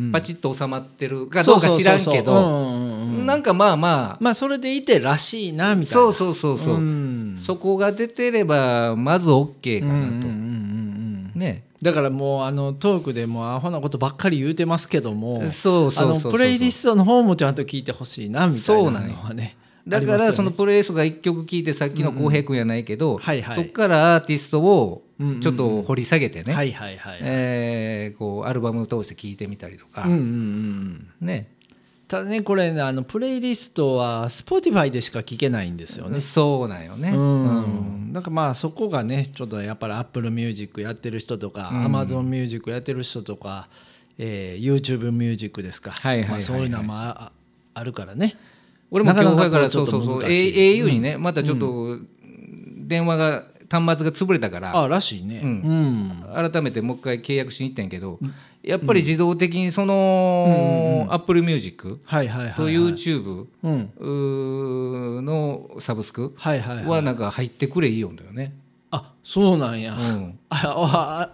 [SPEAKER 1] んうん
[SPEAKER 2] パチッと収まってるかどうか知らんけ
[SPEAKER 1] そうそうそ
[SPEAKER 2] ど
[SPEAKER 1] うそううんうんうんうん
[SPEAKER 2] なんかまあまあ
[SPEAKER 1] まあそれでいてらしいなみたいな
[SPEAKER 2] そうそうそうそううんそこが出てればまず OK か
[SPEAKER 1] うんうんうんう
[SPEAKER 2] なと
[SPEAKER 1] ん
[SPEAKER 2] ね
[SPEAKER 1] だからもうあのトークでもうアホなことばっかり言うてますけども
[SPEAKER 2] そう
[SPEAKER 1] あ
[SPEAKER 2] そう
[SPEAKER 1] の
[SPEAKER 2] そうそう
[SPEAKER 1] プレイリストの方もちゃんと聞いてほしいなみたいなのはね
[SPEAKER 2] だからその
[SPEAKER 1] あ
[SPEAKER 2] プレイリストが1曲聴いてさっきの浩平君やないけど
[SPEAKER 1] はいはい
[SPEAKER 2] そこからアーティストを
[SPEAKER 1] うんうんうん
[SPEAKER 2] ちょっと掘り下げて
[SPEAKER 1] りますよねは
[SPEAKER 2] ね
[SPEAKER 1] いはいはい、
[SPEAKER 2] えーこうアルバムを通して聴いてみたりとか
[SPEAKER 1] うんうんうんうん
[SPEAKER 2] ね
[SPEAKER 1] ただねこれねあのプレイリストは Spotify でしか聞けないんですよね
[SPEAKER 2] そうなんよねうん
[SPEAKER 1] うん、なんかまあそこがねちょっとやっぱり Apple Music やってる人とか、Amazon Music やってる人とか、えー、YouTube Music ですか、
[SPEAKER 2] はいはいはいはい
[SPEAKER 1] まあ、そういうのもああるからね
[SPEAKER 2] 俺も
[SPEAKER 1] なかな
[SPEAKER 2] 今
[SPEAKER 1] か
[SPEAKER 2] 日だから
[SPEAKER 1] こ
[SPEAKER 2] そううそうそ
[SPEAKER 1] ちょ
[SPEAKER 2] う
[SPEAKER 1] っと難
[SPEAKER 2] A-
[SPEAKER 1] しい
[SPEAKER 2] au にねまたちょっと電話が端末が潰れたから
[SPEAKER 1] あらしいね
[SPEAKER 2] う
[SPEAKER 1] うんん、
[SPEAKER 2] 改めてもう一回契約しに行ったんやけどやっぱり自動的にその AppleMusic
[SPEAKER 1] はいはいはい、はい、
[SPEAKER 2] と YouTube
[SPEAKER 1] うん
[SPEAKER 2] うーのサブスク
[SPEAKER 1] はいはいはい
[SPEAKER 2] はなんか入ってくれいいよんだよね。
[SPEAKER 1] あそうなんや、
[SPEAKER 2] うん
[SPEAKER 1] あああ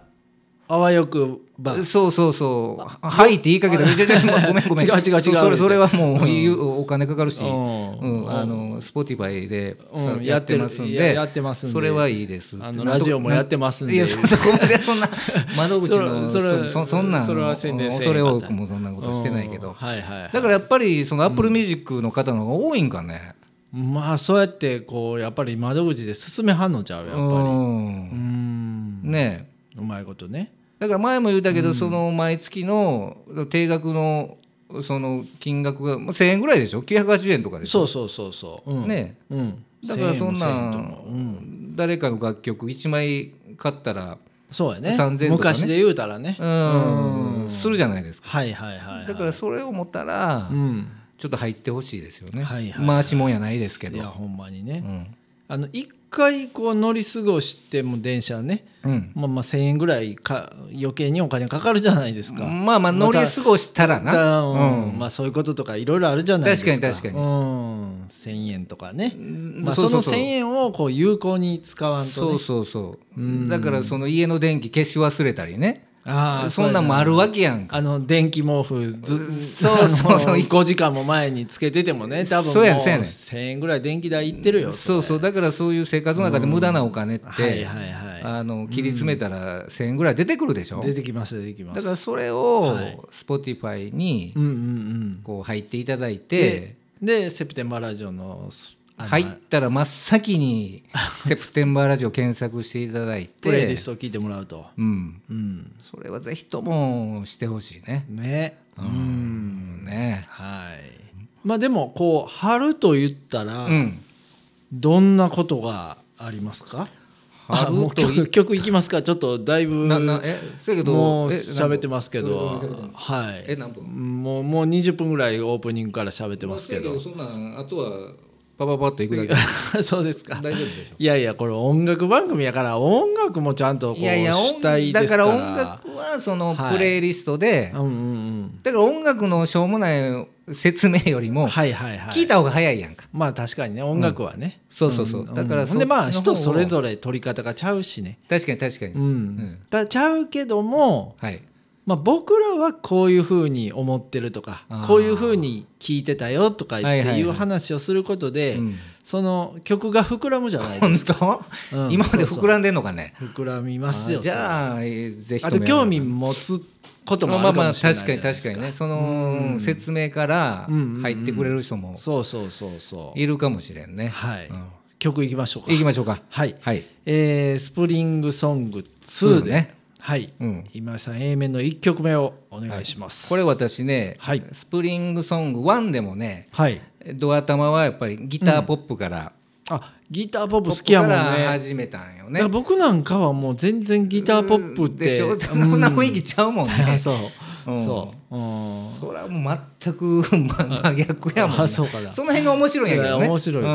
[SPEAKER 1] あわよくば
[SPEAKER 2] そうそうそう入っていいかけど違う違う違うごめんごめん
[SPEAKER 1] 違う違う違う
[SPEAKER 2] そそれそれはもう言うお金かかるし、う
[SPEAKER 1] うん
[SPEAKER 2] ん、あの Spotify で
[SPEAKER 1] うん
[SPEAKER 2] さ
[SPEAKER 1] や
[SPEAKER 2] や
[SPEAKER 1] っ
[SPEAKER 2] っ
[SPEAKER 1] て
[SPEAKER 2] て
[SPEAKER 1] る
[SPEAKER 2] ますん
[SPEAKER 1] いや
[SPEAKER 2] で
[SPEAKER 1] やってますんで
[SPEAKER 2] それはいいです
[SPEAKER 1] あのラジオもやってますんで
[SPEAKER 2] いやそそこまでそんな窓口 の
[SPEAKER 1] それそれ
[SPEAKER 2] そそんなん
[SPEAKER 1] それは宣伝せえへんかった
[SPEAKER 2] 恐れ多くもそんなことしてないけ
[SPEAKER 1] うん
[SPEAKER 2] ど
[SPEAKER 1] はいはいはい
[SPEAKER 2] だからやっぱりその AppleMusic の方の方が多いんかね
[SPEAKER 1] まあそうやってこうやっぱり窓口で進めはんのちゃうやっぱり
[SPEAKER 2] うん
[SPEAKER 1] うん
[SPEAKER 2] ねえ
[SPEAKER 1] うまいことね
[SPEAKER 2] だから前も言ったけど、その毎月の定額のその金額がまあ1,000円ぐらいでしょ980円とかでしょ
[SPEAKER 1] そうそうそうそう、うん、
[SPEAKER 2] ね
[SPEAKER 1] うん
[SPEAKER 2] だからそ
[SPEAKER 1] 1000
[SPEAKER 2] ん
[SPEAKER 1] 円
[SPEAKER 2] な
[SPEAKER 1] も1000円ともうん
[SPEAKER 2] ん誰かの楽曲1枚買ったら
[SPEAKER 1] そうやね
[SPEAKER 2] 3000とかね
[SPEAKER 1] 昔で言うたらね、
[SPEAKER 2] うんするじゃないですか
[SPEAKER 1] はいはいはい、はい、
[SPEAKER 2] だからそれを思ったら
[SPEAKER 1] うん
[SPEAKER 2] ちょっと入ってほしいですよね
[SPEAKER 1] はいはい
[SPEAKER 2] 回しもんやないですけ
[SPEAKER 1] いや
[SPEAKER 2] ど
[SPEAKER 1] ほんまにね、
[SPEAKER 2] うん
[SPEAKER 1] あの一回こう乗り過ごしても電車ね
[SPEAKER 2] うん
[SPEAKER 1] まあまあ1,000円ぐらいか余計にお金かかるじゃないですか、
[SPEAKER 2] まあまあ乗り過ごしたら
[SPEAKER 1] だから
[SPEAKER 2] な
[SPEAKER 1] うん
[SPEAKER 2] うん
[SPEAKER 1] まあそういうこととかいろいろあるじゃないですか
[SPEAKER 2] 確かに確かに
[SPEAKER 1] うん、1,000円とかね、
[SPEAKER 2] ん
[SPEAKER 1] まあ、そう
[SPEAKER 2] そそう
[SPEAKER 1] の
[SPEAKER 2] そう
[SPEAKER 1] 1,000円をこう有効に使わんと、ね、
[SPEAKER 2] そうそうそうだからその家の電気消し忘れたりね
[SPEAKER 1] ああ
[SPEAKER 2] そんなんもあるわけやんか
[SPEAKER 1] あの電気毛布ず
[SPEAKER 2] そうそうそう
[SPEAKER 1] あの5時間も前につけててもね多分も
[SPEAKER 2] そう
[SPEAKER 1] う
[SPEAKER 2] やねそうやね
[SPEAKER 1] 1000円ぐらい電気代いってるよ
[SPEAKER 2] そうそうだからそういう生活の中で無駄なお金って、
[SPEAKER 1] はいはいは
[SPEAKER 2] あの切り詰めたら1,000円ぐらい出てくるでしょ
[SPEAKER 1] い出てきます出てきます
[SPEAKER 2] だからそれを
[SPEAKER 1] はい
[SPEAKER 2] Spotify に
[SPEAKER 1] うんうんうん
[SPEAKER 2] こう入っていただいて
[SPEAKER 1] で、でセプテンバーラジオのあの
[SPEAKER 2] 入ったら真っ 先に「セプテンバーラジオ」検索していただいて
[SPEAKER 1] プレイリストを聞いてもらうと
[SPEAKER 2] うん、
[SPEAKER 1] うん
[SPEAKER 2] それはぜひともしてほしいね。
[SPEAKER 1] ね
[SPEAKER 2] うんね
[SPEAKER 1] はいまあでもこう春と言ったら
[SPEAKER 2] うん、
[SPEAKER 1] どんなことがありますかあも
[SPEAKER 2] 春
[SPEAKER 1] う
[SPEAKER 2] とい
[SPEAKER 1] 曲曲いきますかちょっとだいぶ
[SPEAKER 2] ななえそやけど
[SPEAKER 1] もう
[SPEAKER 2] え
[SPEAKER 1] 喋ってますけ
[SPEAKER 2] 何
[SPEAKER 1] ど
[SPEAKER 2] 分喋ってんの
[SPEAKER 1] はい
[SPEAKER 2] え何分
[SPEAKER 1] もうもう20分ぐらいオープニングから喋ってますけ
[SPEAKER 2] ま
[SPEAKER 1] ど
[SPEAKER 2] あそやそんなんあとはパパパッといくだ け
[SPEAKER 1] そうですか
[SPEAKER 2] 大丈夫でしょ
[SPEAKER 1] いやいやこれ音楽番組やから音楽もちゃんとこう
[SPEAKER 2] いやいや音
[SPEAKER 1] したいで
[SPEAKER 2] だ
[SPEAKER 1] すか
[SPEAKER 2] からら音楽はその
[SPEAKER 1] はい
[SPEAKER 2] プレイリストで、
[SPEAKER 1] うんうん
[SPEAKER 2] だから音楽のしょうもない説明より
[SPEAKER 1] う
[SPEAKER 2] も
[SPEAKER 1] んはいはいはい
[SPEAKER 2] 聞いた方が早いやんか、
[SPEAKER 1] まあ確かにね音楽はね
[SPEAKER 2] そうそうそう、だから
[SPEAKER 1] ほ
[SPEAKER 2] そ
[SPEAKER 1] んでまあ
[SPEAKER 2] そっち
[SPEAKER 1] 人
[SPEAKER 2] の方を
[SPEAKER 1] それぞれ取り方がちゃうしね
[SPEAKER 2] 確かに確かに、
[SPEAKER 1] うん、
[SPEAKER 2] ん
[SPEAKER 1] ただちゃうけども
[SPEAKER 2] はい
[SPEAKER 1] まあ、僕らはこういうふうに思ってるとか
[SPEAKER 2] あー
[SPEAKER 1] こういうふうに聞いてたよとかって
[SPEAKER 2] はいはい
[SPEAKER 1] い
[SPEAKER 2] は
[SPEAKER 1] う
[SPEAKER 2] い
[SPEAKER 1] 話をすることで、
[SPEAKER 2] うん
[SPEAKER 1] その曲が膨らむじゃ ないです
[SPEAKER 2] 本当、
[SPEAKER 1] うん
[SPEAKER 2] 今まで膨らんでんのかね
[SPEAKER 1] か膨らみますよ
[SPEAKER 2] あじゃあえーぜひ
[SPEAKER 1] あ
[SPEAKER 2] と
[SPEAKER 1] と
[SPEAKER 2] も
[SPEAKER 1] 興味持つこともあ
[SPEAKER 2] まあ
[SPEAKER 1] るか
[SPEAKER 2] まあま
[SPEAKER 1] も
[SPEAKER 2] あ
[SPEAKER 1] しれない
[SPEAKER 2] 確かに確かに
[SPEAKER 1] ね
[SPEAKER 2] ねその説明から
[SPEAKER 1] うんうんうん
[SPEAKER 2] 入ってくれる人も
[SPEAKER 1] そうそうそうそう
[SPEAKER 2] いるかもしれんね、
[SPEAKER 1] はい、
[SPEAKER 2] うん
[SPEAKER 1] 曲いきましょうか
[SPEAKER 2] 行きましょうか
[SPEAKER 1] はい、
[SPEAKER 2] はい
[SPEAKER 1] えースプリングソング
[SPEAKER 2] そ
[SPEAKER 1] 2
[SPEAKER 2] う
[SPEAKER 1] で、
[SPEAKER 2] ね
[SPEAKER 1] はい、
[SPEAKER 2] うん
[SPEAKER 1] 今井さん A 面の1曲目をお願いします、
[SPEAKER 2] これ私ね、
[SPEAKER 1] はい
[SPEAKER 2] スプリングソング1でもね
[SPEAKER 1] はい
[SPEAKER 2] ドア玉はやっぱりギターポップから、
[SPEAKER 1] あギターポップ
[SPEAKER 2] ポ
[SPEAKER 1] 好
[SPEAKER 2] ップ
[SPEAKER 1] きやもん
[SPEAKER 2] から
[SPEAKER 1] ね
[SPEAKER 2] 始めたんよ
[SPEAKER 1] だか
[SPEAKER 2] ね
[SPEAKER 1] ら僕なんかはもう全然ギターポップって
[SPEAKER 2] でしょそ
[SPEAKER 1] うん
[SPEAKER 2] んな雰囲気ちゃうもんね、
[SPEAKER 1] あ そう、
[SPEAKER 2] うん
[SPEAKER 1] そう、うん、
[SPEAKER 2] それはもう全くま真 逆やもんな
[SPEAKER 1] あそうかな
[SPEAKER 2] の辺が面白いんやけどね
[SPEAKER 1] いや面白いよね、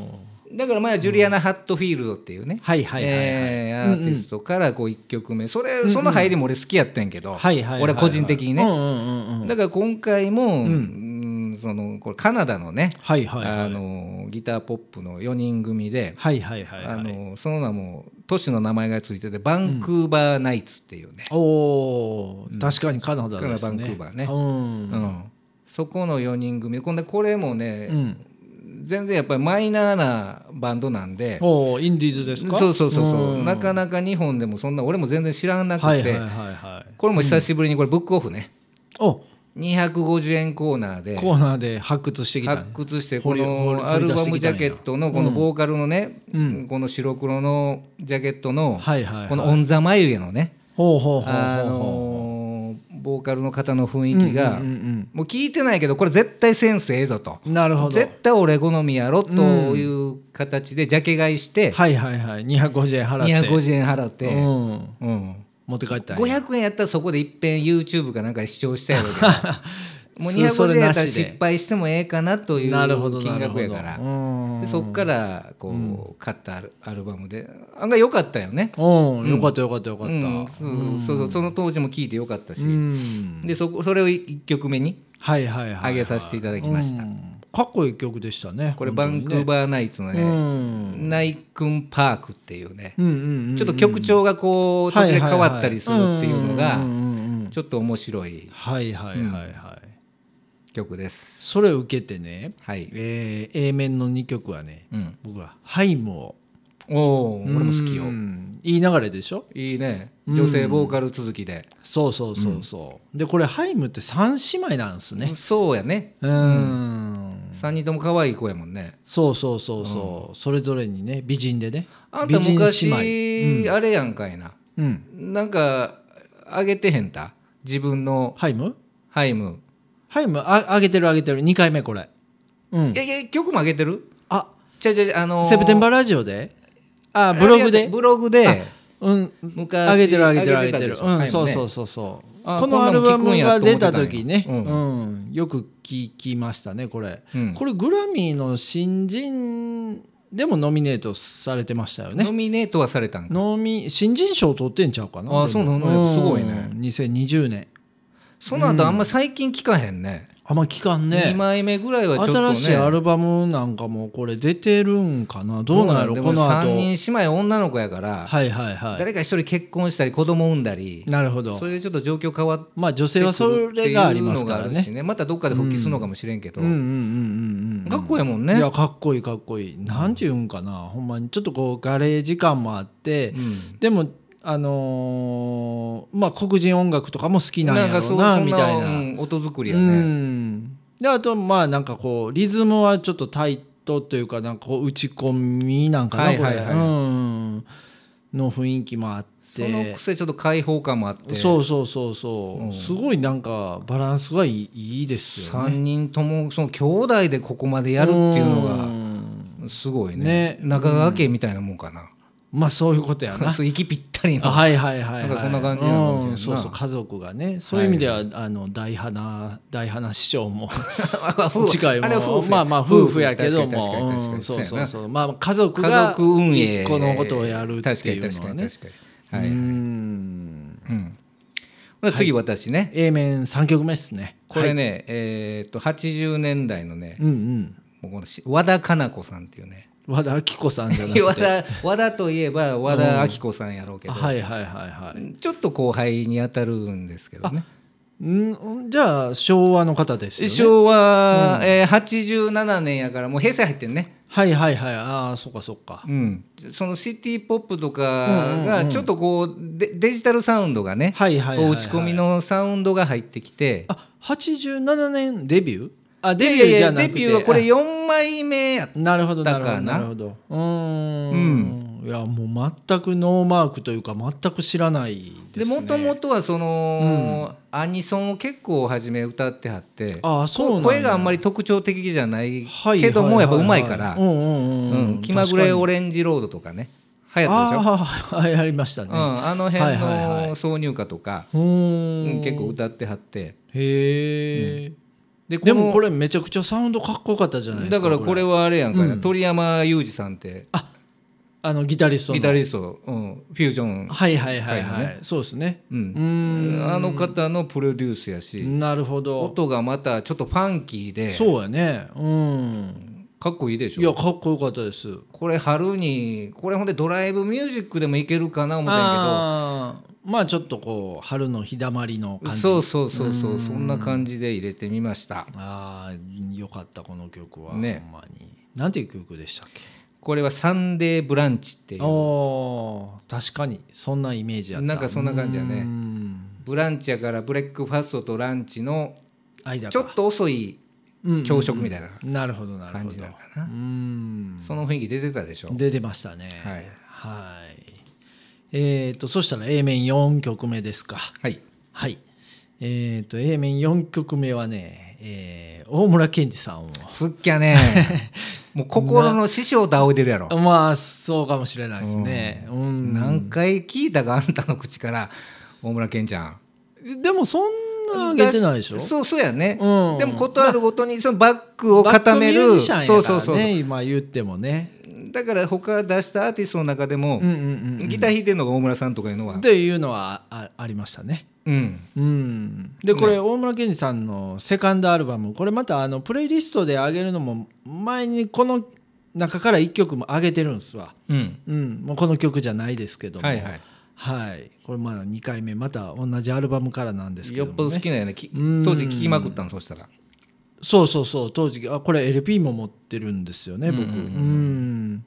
[SPEAKER 2] うんだから前はジュリアナ・ハットフィールドっていうね、
[SPEAKER 1] はいはいはいはい
[SPEAKER 2] えー
[SPEAKER 1] うん
[SPEAKER 2] ア
[SPEAKER 1] うん
[SPEAKER 2] ーティストからこう1曲目それその入りも俺好きやったんやけど、
[SPEAKER 1] はいはいはいはい
[SPEAKER 2] 俺は個人的にね、
[SPEAKER 1] うんうんうんうん
[SPEAKER 2] だから今回も、
[SPEAKER 1] うん
[SPEAKER 2] うんそのこれカナダのね、
[SPEAKER 1] はいはいはい
[SPEAKER 2] あのギターポップの4人組で、
[SPEAKER 1] はいはいはいはい
[SPEAKER 2] あのその名も都市の名前がついててバンクーバーナイツっていうね、
[SPEAKER 1] おお、確かにカナダですね
[SPEAKER 2] カナダバンクーバーね
[SPEAKER 1] うん、
[SPEAKER 2] うんそこの4人組こんでこれもね、
[SPEAKER 1] うん
[SPEAKER 2] 全然やっぱりマイナーなバンドなんで。
[SPEAKER 1] おおインディーズですか
[SPEAKER 2] そうそうそうそう、
[SPEAKER 1] ん
[SPEAKER 2] なかなか日本でもそんな俺も全然知らなくて、
[SPEAKER 1] はいはいはいはい
[SPEAKER 2] これも久しぶりにこれブックオフね、
[SPEAKER 1] お
[SPEAKER 2] 250円コーナーで
[SPEAKER 1] コーナーで発掘してきた、ね
[SPEAKER 2] 発、掘して
[SPEAKER 1] 掘
[SPEAKER 2] こ
[SPEAKER 1] り掘り
[SPEAKER 2] のアルバムジャケットのこのボーカルのね、
[SPEAKER 1] うん
[SPEAKER 2] この白黒のジャケットの
[SPEAKER 1] はいはい、はい、
[SPEAKER 2] この「オン・ザ・眉毛」のね、
[SPEAKER 1] ほうほうほうほうほう
[SPEAKER 2] あのーボーカルの方の雰囲気が、
[SPEAKER 1] うんうん
[SPEAKER 2] もう聞いてないけどこれ絶対センスええぞと
[SPEAKER 1] うん、なるほど
[SPEAKER 2] 絶対俺好みやろという形でジャケ買いして、
[SPEAKER 1] はいはいはい250円払って
[SPEAKER 2] 250円払って、
[SPEAKER 1] うん、
[SPEAKER 2] うん
[SPEAKER 1] 持って帰ったんや
[SPEAKER 2] 500円やったらそこでいっぺん YouTube かなんかで視聴したやろ うけどもう
[SPEAKER 1] そそ
[SPEAKER 2] 250
[SPEAKER 1] れ
[SPEAKER 2] 円や
[SPEAKER 1] なし
[SPEAKER 2] っ
[SPEAKER 1] たで
[SPEAKER 2] ら失敗してもええかなという
[SPEAKER 1] なるほど
[SPEAKER 2] 金額やか
[SPEAKER 1] なる
[SPEAKER 2] ら
[SPEAKER 1] ほどうん
[SPEAKER 2] でそっからこう、買ったアルアルバムで案外良かったよね
[SPEAKER 1] うん、よかったよかったよかった。
[SPEAKER 2] うんそうそうそうその当時も聴いて良かったし、
[SPEAKER 1] うん
[SPEAKER 2] でそこそれを1曲目に
[SPEAKER 1] はいはいはい。
[SPEAKER 2] 上げさせていただきました、
[SPEAKER 1] うんかっこいい曲でしたね。
[SPEAKER 2] これバンクーバーナイツ
[SPEAKER 1] ー
[SPEAKER 2] の
[SPEAKER 1] う
[SPEAKER 2] ね「
[SPEAKER 1] ん。
[SPEAKER 2] ナイクンパーク」っていうね、
[SPEAKER 1] うんうんうん。
[SPEAKER 2] ちょっと曲調がこう途
[SPEAKER 1] はいはい
[SPEAKER 2] 中で
[SPEAKER 1] はい
[SPEAKER 2] 変わったりするっていうのが
[SPEAKER 1] うんうんうんうん
[SPEAKER 2] ちょっと面白い
[SPEAKER 1] はいはいはいはい。
[SPEAKER 2] 曲です。
[SPEAKER 1] それを受けてね、
[SPEAKER 2] はい
[SPEAKER 1] えー A 面の2曲はね、
[SPEAKER 2] うん、
[SPEAKER 1] 僕はハイムを。
[SPEAKER 2] おお俺も好きよ
[SPEAKER 1] うんいい流れでしょ
[SPEAKER 2] いいね女性ボーカル続きで、
[SPEAKER 1] そうそうそうそう。で、これハイムって3姉妹なんですね。
[SPEAKER 2] そうやね
[SPEAKER 1] うん。
[SPEAKER 2] 3人とも可愛い子やもんね
[SPEAKER 1] そうそうそうそう、それぞれにね美人でね
[SPEAKER 2] あんた昔
[SPEAKER 1] 美人姉
[SPEAKER 2] あれやんかいな
[SPEAKER 1] 妹、うん、
[SPEAKER 2] なんかあげてへんた自分の
[SPEAKER 1] ハイム
[SPEAKER 2] ハイム、
[SPEAKER 1] ハイムあ上げてる上げてる2回目これうん
[SPEAKER 2] いやいや曲もあげてる
[SPEAKER 1] あ
[SPEAKER 2] じゃじゃあのー
[SPEAKER 1] セプテンバーラジオであブログ
[SPEAKER 2] あれや
[SPEAKER 1] で
[SPEAKER 2] ってブログで
[SPEAKER 1] うん
[SPEAKER 2] 昔
[SPEAKER 1] 上げてる上げてる上
[SPEAKER 2] あ
[SPEAKER 1] げて
[SPEAKER 2] たで
[SPEAKER 1] る
[SPEAKER 2] しょ
[SPEAKER 1] うん
[SPEAKER 2] ハイムね
[SPEAKER 1] そうそうそうそう
[SPEAKER 2] あ
[SPEAKER 1] この
[SPEAKER 2] こ
[SPEAKER 1] ア
[SPEAKER 2] ん
[SPEAKER 1] ル
[SPEAKER 2] なんも
[SPEAKER 1] バ
[SPEAKER 2] 聞くん
[SPEAKER 1] ム
[SPEAKER 2] や
[SPEAKER 1] が
[SPEAKER 2] と思っ
[SPEAKER 1] 出
[SPEAKER 2] てたんや
[SPEAKER 1] た時ね
[SPEAKER 2] う
[SPEAKER 1] うんよく聞きましたねこれ
[SPEAKER 2] うん
[SPEAKER 1] これグラミーの新人でもノミネートされてましたよね
[SPEAKER 2] ノミネートはされたんか
[SPEAKER 1] のみ新人賞取ってんちゃうかなで
[SPEAKER 2] あ
[SPEAKER 1] も
[SPEAKER 2] そうなの
[SPEAKER 1] うん
[SPEAKER 2] すごいね
[SPEAKER 1] 2020年
[SPEAKER 2] その後あんま最近聞かへんね、
[SPEAKER 1] あんま期間
[SPEAKER 2] 二
[SPEAKER 1] ね
[SPEAKER 2] 2枚目ぐらいはちょっとね
[SPEAKER 1] 新しいアルバムなんかもこれ出てるんかなどうなんやろ
[SPEAKER 2] でも
[SPEAKER 1] この後
[SPEAKER 2] 3人姉妹女の子やから、
[SPEAKER 1] はいはいは
[SPEAKER 2] 誰か一人結婚したり子供産んだり
[SPEAKER 1] いなるほど
[SPEAKER 2] それでちょっと状況変わって
[SPEAKER 1] まあ女性はそれがありますから
[SPEAKER 2] くる
[SPEAKER 1] ね
[SPEAKER 2] っていうのがあるしねまたどっかで復帰するのかもしれんけど、
[SPEAKER 1] うんうんうんうんうん
[SPEAKER 2] かっこいいもんね
[SPEAKER 1] いやかっこいいかっこいいなんていうんかなほんまにちょっとこうガレージ感もあって
[SPEAKER 2] うん
[SPEAKER 1] でもあのーまあ黒人音楽とかも好きなんや
[SPEAKER 2] か
[SPEAKER 1] ろ
[SPEAKER 2] そううそ
[SPEAKER 1] なんみたいな
[SPEAKER 2] うん音作りや
[SPEAKER 1] う
[SPEAKER 2] ね、
[SPEAKER 1] んであとまあなんかこうリズムはちょっとタイトというかなんかこう打ち込みなんかな、
[SPEAKER 2] はいはいはい
[SPEAKER 1] これうんの雰囲気もあっ
[SPEAKER 2] その
[SPEAKER 1] て
[SPEAKER 2] くせちょっと開放感もあって
[SPEAKER 1] そうそうそうそう、すごいなんかバランスがいいいいですよね。
[SPEAKER 2] 3人ともその兄弟でここまでやるっていうの
[SPEAKER 1] ん
[SPEAKER 2] がすごいね
[SPEAKER 1] ね
[SPEAKER 2] 中川家みたいなもんかな、
[SPEAKER 1] まあそういうことやな。
[SPEAKER 2] そう息ぴったり
[SPEAKER 1] あ
[SPEAKER 2] の
[SPEAKER 1] はいはいはい、はい、
[SPEAKER 2] なんかそんな感じなのかもし
[SPEAKER 1] う
[SPEAKER 2] れんなん
[SPEAKER 1] そうそう家族がねそういう意味では、あの大花 大花師匠も 近いも
[SPEAKER 2] あれは夫婦や
[SPEAKER 1] まあまあ夫婦やけど
[SPEAKER 2] 確かに確
[SPEAKER 1] も
[SPEAKER 2] かに確かに
[SPEAKER 1] うんそう
[SPEAKER 2] そう
[SPEAKER 1] そ
[SPEAKER 2] や
[SPEAKER 1] う
[SPEAKER 2] な
[SPEAKER 1] そうまあ家族
[SPEAKER 2] 家
[SPEAKER 1] が
[SPEAKER 2] 族運営
[SPEAKER 1] このことをやるっていう
[SPEAKER 2] 確
[SPEAKER 1] の
[SPEAKER 2] か
[SPEAKER 1] は
[SPEAKER 2] に
[SPEAKER 1] ね
[SPEAKER 2] 確かに確かに、は
[SPEAKER 1] うん
[SPEAKER 2] いうんまあ次私ね、
[SPEAKER 1] A 面3曲目ですね
[SPEAKER 2] これね、えーっと80年代のね、
[SPEAKER 1] うんうん
[SPEAKER 2] もうこのし和田かな子さんっていう ね
[SPEAKER 1] 和田アキ子さんじゃなくて
[SPEAKER 2] 和田和田といえば和田アキ子さんやろうけど、
[SPEAKER 1] はいはいはいはい
[SPEAKER 2] ちょっと後輩に当たるんですけどね
[SPEAKER 1] うんじゃあ昭和の方ですよね
[SPEAKER 2] 昭和、えー87年やからもう平成入ってんね、
[SPEAKER 1] はいはいはいああそっかそっか
[SPEAKER 2] うん、そのシティ・ポップとかがちょっとこうデデジタルサウンドがね、
[SPEAKER 1] はいはいはいはい
[SPEAKER 2] こう打ち込みのサウンドが入ってきて
[SPEAKER 1] あ87年デビューあ
[SPEAKER 2] デ
[SPEAKER 1] デ
[SPEAKER 2] ビ
[SPEAKER 1] ビューじ
[SPEAKER 2] ュ
[SPEAKER 1] ゃ
[SPEAKER 2] ー
[SPEAKER 1] なく
[SPEAKER 2] デ
[SPEAKER 1] て
[SPEAKER 2] ビューはこれ
[SPEAKER 1] あ
[SPEAKER 2] 4枚目やった
[SPEAKER 1] なるほどな
[SPEAKER 2] だ
[SPEAKER 1] る
[SPEAKER 2] か
[SPEAKER 1] ほ
[SPEAKER 2] ら
[SPEAKER 1] ど
[SPEAKER 2] な
[SPEAKER 1] なるほどうーんいやもう全くノーマークというか全く知らない
[SPEAKER 2] で
[SPEAKER 1] ですね
[SPEAKER 2] もともとはその、アニソンを結構初め歌ってはって
[SPEAKER 1] ああそうなんや
[SPEAKER 2] 声があんまり特徴的じゃない
[SPEAKER 1] はい
[SPEAKER 2] けど
[SPEAKER 1] は
[SPEAKER 2] も、
[SPEAKER 1] い
[SPEAKER 2] やっぱうまい
[SPEAKER 1] は
[SPEAKER 2] か
[SPEAKER 1] は
[SPEAKER 2] ら「
[SPEAKER 1] うんうんうんうん
[SPEAKER 2] うん気まぐれオ
[SPEAKER 1] レ
[SPEAKER 2] レンジロード」とかね流行ったでしょ
[SPEAKER 1] ああやりましたね
[SPEAKER 2] うん、あの
[SPEAKER 1] は
[SPEAKER 2] 辺
[SPEAKER 1] いはいはい
[SPEAKER 2] の挿入歌とか、
[SPEAKER 1] う
[SPEAKER 2] うん
[SPEAKER 1] ーん
[SPEAKER 2] 結構歌ってはって
[SPEAKER 1] へえ
[SPEAKER 2] で
[SPEAKER 1] でもこ
[SPEAKER 2] れ
[SPEAKER 1] れめちゃくちゃサウンドかっこよかったじゃないですか
[SPEAKER 2] だからこれはあれやんか、
[SPEAKER 1] うん
[SPEAKER 2] 鳥山裕二さんって
[SPEAKER 1] あのギタリストの
[SPEAKER 2] ギタリスト、うん、フュージョン、
[SPEAKER 1] はいはいはいは
[SPEAKER 2] 会の
[SPEAKER 1] いそうですね
[SPEAKER 2] う
[SPEAKER 1] うんーん
[SPEAKER 2] あの方のプロデュースやし、
[SPEAKER 1] なるほど
[SPEAKER 2] 音がまたちょっとファンキーで
[SPEAKER 1] そうやねうん
[SPEAKER 2] かっこいいでし
[SPEAKER 1] いや
[SPEAKER 2] ょ
[SPEAKER 1] かっこよかったです
[SPEAKER 2] これ春にこれほんでドライブミュージックでもいけるかな思ったんや
[SPEAKER 1] あーまあちょっとこう春の日だまりの
[SPEAKER 2] けど
[SPEAKER 1] 感じ
[SPEAKER 2] そうそうそうそうそんな感じで入れてみました
[SPEAKER 1] あーよかったこの曲は
[SPEAKER 2] ね
[SPEAKER 1] ほんまになんていう曲でしたっけ
[SPEAKER 2] これは「サンデーブランチ」っていう
[SPEAKER 1] あー確かにそんなイメージやった
[SPEAKER 2] なんかそんな感じやね
[SPEAKER 1] ね
[SPEAKER 2] ブランチやからブレックファストとランチの
[SPEAKER 1] 間
[SPEAKER 2] ちょっと遅い朝食みたいな
[SPEAKER 1] なるほどなるほど
[SPEAKER 2] 感じなのかな、
[SPEAKER 1] うーん
[SPEAKER 2] その雰囲気出てたでしょ
[SPEAKER 1] 出てましたね
[SPEAKER 2] はい
[SPEAKER 1] はいえー、とそしたら A 面4曲目ですか
[SPEAKER 2] はい
[SPEAKER 1] はいえー、と A 面4曲目はね、えー大村健二さんを
[SPEAKER 2] すっきゃ ねもう心の師匠と仰いでるやろ
[SPEAKER 1] まあそうかもしれないですねうん
[SPEAKER 2] 何回聞いたかあんたの口から大村健ちゃん
[SPEAKER 1] でもそんな上げてないでしょ
[SPEAKER 2] だそうそうやね、
[SPEAKER 1] うん
[SPEAKER 2] でもことあるごとにそのバックを固め
[SPEAKER 1] バックミュー
[SPEAKER 2] る
[SPEAKER 1] ジシャンやから
[SPEAKER 2] そ
[SPEAKER 1] ね
[SPEAKER 2] うそうそう
[SPEAKER 1] 今言ってもね
[SPEAKER 2] だから他出したアーティストの中でも、
[SPEAKER 1] うんうんうん
[SPEAKER 2] ギター弾いてるのが大村さんとかいうのは
[SPEAKER 1] っていうのはあありましたね
[SPEAKER 2] うん
[SPEAKER 1] うん、でこれ
[SPEAKER 2] ね
[SPEAKER 1] 大村健二さんのセカンドアルバムこれまたあのプレイリストで上げるのも前にこの中から1曲も上げてるんですわ、
[SPEAKER 2] うん
[SPEAKER 1] うん、もうこの曲じゃないですけども
[SPEAKER 2] はいはい
[SPEAKER 1] はいこれまだ2回目また同じアルバムからなんですけ
[SPEAKER 2] よ
[SPEAKER 1] ど
[SPEAKER 2] っ
[SPEAKER 1] も、ね、
[SPEAKER 2] ぽど好きなんやねき
[SPEAKER 1] うん
[SPEAKER 2] 当時聞きまくったんそしたら
[SPEAKER 1] そうそうそう当時あこれ LP も持ってるんですよね僕
[SPEAKER 2] うんうんうん
[SPEAKER 1] うん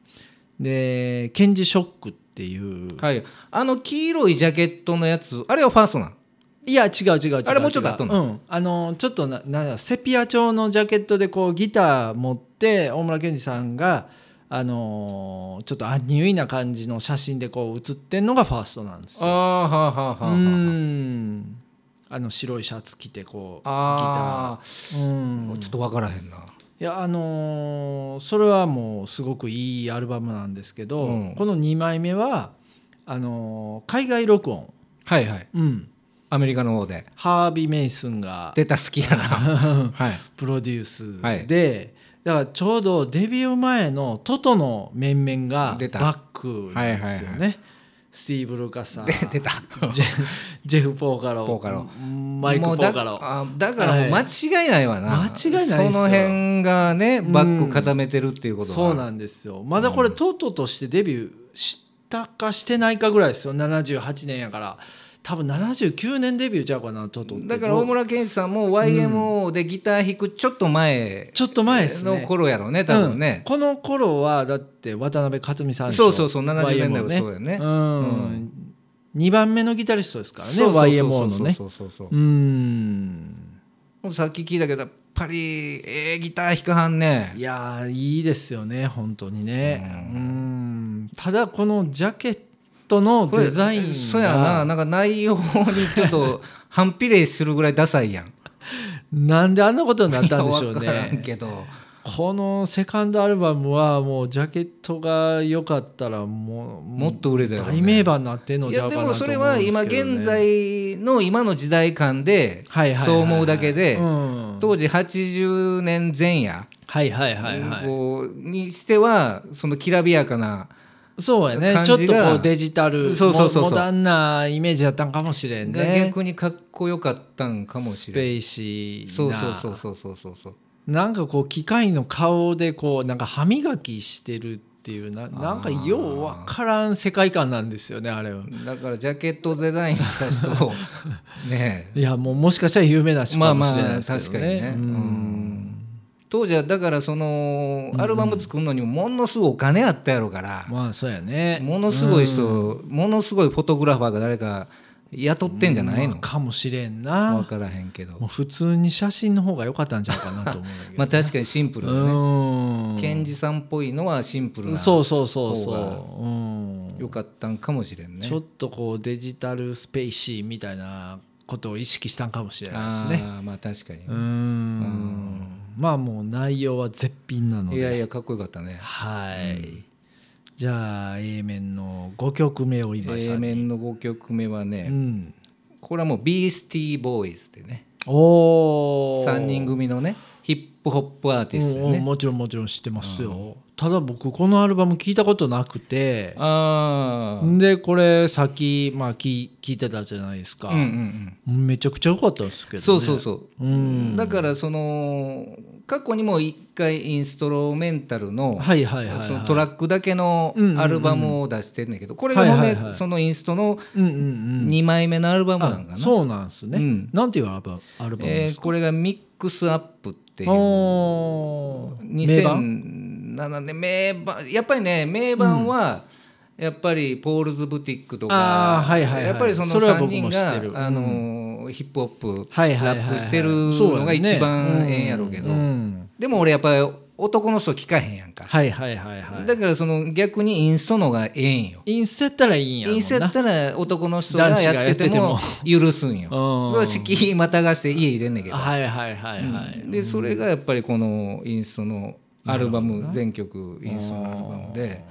[SPEAKER 1] で「ケンジショック」っていう、
[SPEAKER 2] はいあの黄色いジャケットのやつあれはファーストなん
[SPEAKER 1] いや違う違う違う
[SPEAKER 2] あれもうちょっと後な
[SPEAKER 1] 違ううん、あのちょっとななんだセピア調のジャケットでこうギター持って大村健二さんがあのーちょっとアンニュイな感じの写真でこう写ってんのがファーストなんです
[SPEAKER 2] あ
[SPEAKER 1] よ
[SPEAKER 2] あはあはあは
[SPEAKER 1] う
[SPEAKER 2] あは
[SPEAKER 1] んあの白いシャツ着てこう
[SPEAKER 2] ああ
[SPEAKER 1] ギターう
[SPEAKER 2] ー
[SPEAKER 1] ん
[SPEAKER 2] ちょっと分からへんない
[SPEAKER 1] やあのーそれはもうすごくいいアルバムなんですけど、
[SPEAKER 2] うん
[SPEAKER 1] この2枚目はあのー海外録音、
[SPEAKER 2] はいはい
[SPEAKER 1] うん、
[SPEAKER 2] アメリカの方で
[SPEAKER 1] ハービー・メイスンが
[SPEAKER 2] 出た好きやなはい
[SPEAKER 1] プロデュースで、
[SPEAKER 2] はい
[SPEAKER 1] だからちょうどデビュー前のトトの面々が
[SPEAKER 2] 出た
[SPEAKER 1] バックなんですよね。
[SPEAKER 2] はい
[SPEAKER 1] スティーブ・ルカさん
[SPEAKER 2] で出た
[SPEAKER 1] ジェジェフ・ポーカロ
[SPEAKER 2] ポーカロ
[SPEAKER 1] マイク・ポ
[SPEAKER 2] もうだ
[SPEAKER 1] ーカロ
[SPEAKER 2] あだからもう間違いないわな、
[SPEAKER 1] はい間違いないですよ
[SPEAKER 2] その辺がね
[SPEAKER 1] ん
[SPEAKER 2] バック固めてるっていうことは
[SPEAKER 1] そうなんですよまだこれトトとしてデビューしたかしてないかぐらいですよ78年やから多分79年デビューちゃうかなトトって
[SPEAKER 2] だから大村健二さんも YMO でギター弾くちょっと前
[SPEAKER 1] ちょっと前ですね
[SPEAKER 2] の頃やろうね多分
[SPEAKER 1] うん
[SPEAKER 2] ね、
[SPEAKER 1] この頃はだって渡辺克美さんでし
[SPEAKER 2] そ
[SPEAKER 1] ょ
[SPEAKER 2] うそうそう70年代はそうやね
[SPEAKER 1] うん
[SPEAKER 2] うん
[SPEAKER 1] 2番目のギタリストですからね
[SPEAKER 2] そうそうそうそう
[SPEAKER 1] YMO のね
[SPEAKER 2] そうそうそう
[SPEAKER 1] うーん
[SPEAKER 2] もうさっき聞いたけどやっぱりええギター弾かはんね
[SPEAKER 1] いやーいいですよね本当にねうーんただこのジャケットの
[SPEAKER 2] これ
[SPEAKER 1] デザインが
[SPEAKER 2] そうやななんか内容にちょっと反比例するぐらいダサいやん
[SPEAKER 1] なんであんなことになったんでしょう
[SPEAKER 2] いや わからん
[SPEAKER 1] ね
[SPEAKER 2] けど
[SPEAKER 1] このセカンドアルバムはもうジャケットが良かったらもう
[SPEAKER 2] もっと売れたよね
[SPEAKER 1] 大名盤になってんの
[SPEAKER 2] い
[SPEAKER 1] じゃ
[SPEAKER 2] や
[SPEAKER 1] う
[SPEAKER 2] で
[SPEAKER 1] かなと
[SPEAKER 2] も
[SPEAKER 1] 思うんですけ
[SPEAKER 2] それ
[SPEAKER 1] ど、ね、
[SPEAKER 2] は今現在の今の時代感で
[SPEAKER 1] はいはいはいはい
[SPEAKER 2] そう思うだけで
[SPEAKER 1] うん
[SPEAKER 2] 当時80年前夜
[SPEAKER 1] はいはいはいは
[SPEAKER 2] こうにしてはそのきらびやかない
[SPEAKER 1] そうやね
[SPEAKER 2] 感
[SPEAKER 1] ちょっ
[SPEAKER 2] じ
[SPEAKER 1] と
[SPEAKER 2] が
[SPEAKER 1] こうデジタル
[SPEAKER 2] そうそうそうそう
[SPEAKER 1] モモダンなイメージやったんかもしれん
[SPEAKER 2] が
[SPEAKER 1] ね
[SPEAKER 2] 逆にかっこよかったんかも
[SPEAKER 1] ス
[SPEAKER 2] しれない
[SPEAKER 1] ペイシー
[SPEAKER 2] そう
[SPEAKER 1] な
[SPEAKER 2] そうそうそうそうそうそう
[SPEAKER 1] なんかこう機械の顔でこうなんか歯磨きしてるっていうななんかようわからん世界観なんですよねあれは
[SPEAKER 2] だからジャケットデザインした人 をね
[SPEAKER 1] いやもうもしかしたら有名な
[SPEAKER 2] え
[SPEAKER 1] 人
[SPEAKER 2] ま
[SPEAKER 1] か
[SPEAKER 2] あ
[SPEAKER 1] もしれない
[SPEAKER 2] まあ
[SPEAKER 1] ですけ
[SPEAKER 2] 確
[SPEAKER 1] ど
[SPEAKER 2] か
[SPEAKER 1] ね
[SPEAKER 2] にね
[SPEAKER 1] う
[SPEAKER 2] うんん当時はだからそのアルバム作るのにもものすごいお金あったやろから
[SPEAKER 1] まあそうやね
[SPEAKER 2] ものすごい
[SPEAKER 1] うん
[SPEAKER 2] 人、ものすごいフォトグラファーが誰か雇ってんじゃない
[SPEAKER 1] まあ
[SPEAKER 2] の
[SPEAKER 1] かもしれん
[SPEAKER 2] 分
[SPEAKER 1] な
[SPEAKER 2] からへんけど
[SPEAKER 1] もう普通に写真の方が良かったんちゃうかなと思うんだけど
[SPEAKER 2] まあ確かにシンプルだね
[SPEAKER 1] うん
[SPEAKER 2] 賢治さんっぽいのはシンプルな
[SPEAKER 1] そうそうそう
[SPEAKER 2] 方
[SPEAKER 1] そう、うん、
[SPEAKER 2] よかったんかもしれんね
[SPEAKER 1] ちょっとこうデジタルスペイシーみたいなことを意識したんかもしれないですね
[SPEAKER 2] あーまあ確かに
[SPEAKER 1] うーんまあもう内容は絶品なので
[SPEAKER 2] いやいやかっこよかったね
[SPEAKER 1] はい、
[SPEAKER 2] うん
[SPEAKER 1] じゃあ A 面の5曲目を今さ
[SPEAKER 2] A 面の5曲目は
[SPEAKER 1] う
[SPEAKER 2] ね、
[SPEAKER 1] ん、
[SPEAKER 2] これはもうビースティーボーイズでね
[SPEAKER 1] おお
[SPEAKER 2] 3人組のねヒップホップアーティストでね
[SPEAKER 1] もちろんもちろん知ってますよ、ただ僕このアルバム聞いたことなくて
[SPEAKER 2] ああうん
[SPEAKER 1] んでこれ先まあ聞聞いてたじゃないですか、
[SPEAKER 2] うんうん
[SPEAKER 1] めちゃくちゃ良かったんですけど、ね、
[SPEAKER 2] そうそうそう、
[SPEAKER 1] うん
[SPEAKER 2] だからその過去にも一回インストロメンタルの,、
[SPEAKER 1] はいはいはい、はい、
[SPEAKER 2] そのトラックだけの
[SPEAKER 1] うんうんうん
[SPEAKER 2] アルバムを出してんだけど、これがね、
[SPEAKER 1] はいはいはい
[SPEAKER 2] そのインストの
[SPEAKER 1] うんうんうん
[SPEAKER 2] 2枚目のアルバムなんか
[SPEAKER 1] あ
[SPEAKER 2] な、
[SPEAKER 1] そうなんですね、
[SPEAKER 2] うん
[SPEAKER 1] なんていうアルバムアルバム
[SPEAKER 2] え
[SPEAKER 1] で
[SPEAKER 2] ー
[SPEAKER 1] すか、
[SPEAKER 2] これがミックスアップっていう
[SPEAKER 1] おー名盤
[SPEAKER 2] 2007年名盤やっぱりね名盤は、やっぱりポールズ・ブティックとか
[SPEAKER 1] あーはいはいはい
[SPEAKER 2] やっぱりその
[SPEAKER 1] それは
[SPEAKER 2] 3
[SPEAKER 1] 僕
[SPEAKER 2] 人
[SPEAKER 1] も
[SPEAKER 2] が
[SPEAKER 1] 知ってる
[SPEAKER 2] あのーヒップホップ、
[SPEAKER 1] はいはいはいはい
[SPEAKER 2] ラップしてるのが一番ええんやろうけど
[SPEAKER 1] そやねんん
[SPEAKER 2] でも俺やっぱり男の人聞かへんやんか、
[SPEAKER 1] はいはいはいはい
[SPEAKER 2] だからその逆にインストのがええんよ
[SPEAKER 1] インスタやったらいいんやもん
[SPEAKER 2] イ
[SPEAKER 1] な
[SPEAKER 2] ンストやったら男の人が
[SPEAKER 1] 男子が
[SPEAKER 2] やってて
[SPEAKER 1] や
[SPEAKER 2] も
[SPEAKER 1] っ
[SPEAKER 2] 許すんよ、
[SPEAKER 1] うん
[SPEAKER 2] それは敷居またがして家入れんねんけど
[SPEAKER 1] はいはいはいはい、
[SPEAKER 2] でそれがやっぱりこのインストのアルバム全曲インストのアルバムで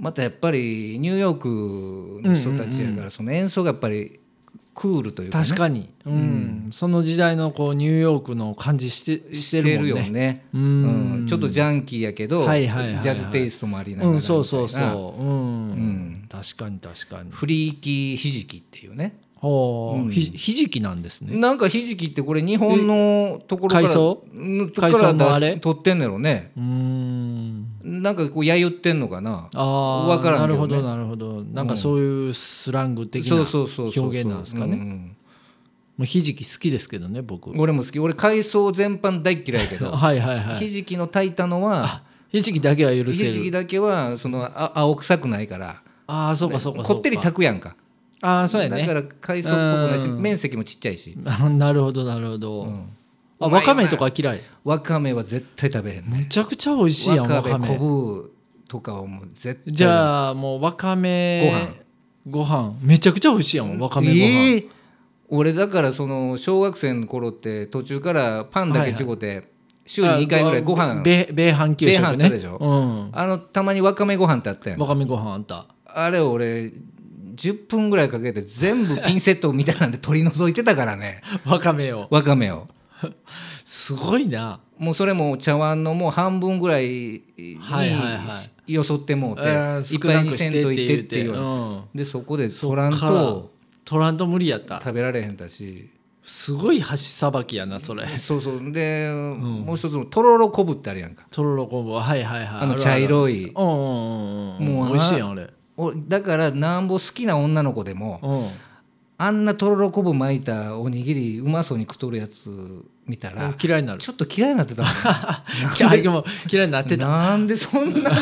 [SPEAKER 2] またやっぱりニューヨークの人たちやからその演奏がやっぱりクールというかね
[SPEAKER 1] 確かに、うんその時代のこうニューヨークの感じしてしてるもんね
[SPEAKER 2] よね
[SPEAKER 1] う
[SPEAKER 2] うんんちょっとジャンキーやけどジ
[SPEAKER 1] はいはいはいはい
[SPEAKER 2] ャズテイストもありながら
[SPEAKER 1] う
[SPEAKER 2] み
[SPEAKER 1] ん
[SPEAKER 2] たい
[SPEAKER 1] そ
[SPEAKER 2] な
[SPEAKER 1] うそうそううん、
[SPEAKER 2] ん
[SPEAKER 1] 確かに確かに
[SPEAKER 2] フリーキーひじきっていうね
[SPEAKER 1] ほう、
[SPEAKER 2] うん
[SPEAKER 1] ひひじきなんですね
[SPEAKER 2] なんかひじきってこれ日本のところから
[SPEAKER 1] 海藻
[SPEAKER 2] うんとこ
[SPEAKER 1] 海
[SPEAKER 2] か
[SPEAKER 1] 藻
[SPEAKER 2] ら
[SPEAKER 1] のあ
[SPEAKER 2] 出
[SPEAKER 1] れ
[SPEAKER 2] し取ってんねやろね
[SPEAKER 1] うーん
[SPEAKER 2] なんかこうやゆってんのかな
[SPEAKER 1] ああ、
[SPEAKER 2] わから
[SPEAKER 1] なん
[SPEAKER 2] け
[SPEAKER 1] るほ
[SPEAKER 2] どね
[SPEAKER 1] どなるほどなんかそういうスラング的な
[SPEAKER 2] そう
[SPEAKER 1] 表
[SPEAKER 2] そうそうそう
[SPEAKER 1] 現なんですか
[SPEAKER 2] う
[SPEAKER 1] ね
[SPEAKER 2] ん
[SPEAKER 1] もうひじき好きですけどね僕
[SPEAKER 2] 俺も好き俺海藻全般大っ嫌いやけ ど、
[SPEAKER 1] はいはいは
[SPEAKER 2] ひ
[SPEAKER 1] い
[SPEAKER 2] じきの炊いたのは
[SPEAKER 1] ひじきだけは許
[SPEAKER 2] ひ
[SPEAKER 1] せる
[SPEAKER 2] じきだけはそのあ青臭くないから
[SPEAKER 1] ああそうかそうかそうか
[SPEAKER 2] こってり炊くやんか
[SPEAKER 1] ああそうや
[SPEAKER 2] だか
[SPEAKER 1] ね
[SPEAKER 2] ら海藻っぽくないし
[SPEAKER 1] うん
[SPEAKER 2] 面積もちっちゃいし、
[SPEAKER 1] あ なるほどなるほど、
[SPEAKER 2] うん
[SPEAKER 1] あわかめとか嫌い
[SPEAKER 2] わかめは絶対食べへんね
[SPEAKER 1] めちゃくちゃ美味しいや
[SPEAKER 2] わ
[SPEAKER 1] んわ
[SPEAKER 2] か
[SPEAKER 1] か
[SPEAKER 2] め
[SPEAKER 1] め
[SPEAKER 2] 昆布とかはもう絶対
[SPEAKER 1] じゃあもうわかめご飯めちゃくちゃ美味しいやんわかめご飯、
[SPEAKER 2] えー俺だからその小学生の頃って途中からパンだけちごて、週に2回ぐらいご
[SPEAKER 1] あ
[SPEAKER 2] 飯
[SPEAKER 1] 米米飯給
[SPEAKER 2] 米飯あ
[SPEAKER 1] 食
[SPEAKER 2] っ
[SPEAKER 1] ね
[SPEAKER 2] たでしょ
[SPEAKER 1] うん
[SPEAKER 2] あのたまにわかめご飯ってあったやん
[SPEAKER 1] わかめご飯あんた
[SPEAKER 2] あれ俺10分ぐらいかけて全部ピンセットみたいなんで取り除いてたか らね
[SPEAKER 1] わかめを
[SPEAKER 2] わかめを
[SPEAKER 1] すごいな
[SPEAKER 2] もうそれも茶碗のもう半分ぐらいに
[SPEAKER 1] はいはいは
[SPEAKER 2] よそってもうて、
[SPEAKER 1] あ
[SPEAKER 2] い
[SPEAKER 1] ー
[SPEAKER 2] っぱいに
[SPEAKER 1] 少
[SPEAKER 2] せ
[SPEAKER 1] なく
[SPEAKER 2] んといてっ
[SPEAKER 1] して
[SPEAKER 2] ていう、
[SPEAKER 1] うん
[SPEAKER 2] でそこで取らん
[SPEAKER 1] から
[SPEAKER 2] と
[SPEAKER 1] トランと無理やった
[SPEAKER 2] 食べられへんだし
[SPEAKER 1] すごい箸さばきやなそれ
[SPEAKER 2] そうそうで、もう一つのとろろ昆布ってあるやんか
[SPEAKER 1] とろろ昆布はいはいはい
[SPEAKER 2] あの茶色い
[SPEAKER 1] あるあるうんうんうんうん
[SPEAKER 2] もう
[SPEAKER 1] 美味しいやんあれ
[SPEAKER 2] おだからなんぼ好きな女の子でも
[SPEAKER 1] うん
[SPEAKER 2] あんなとろろ昆布巻いたおにぎりうまそうに食っとるやつ見たら
[SPEAKER 1] 嫌いになる
[SPEAKER 2] ちょっと嫌いになって たもん
[SPEAKER 1] 嫌いでも嫌いになってた
[SPEAKER 2] なんでそんなもん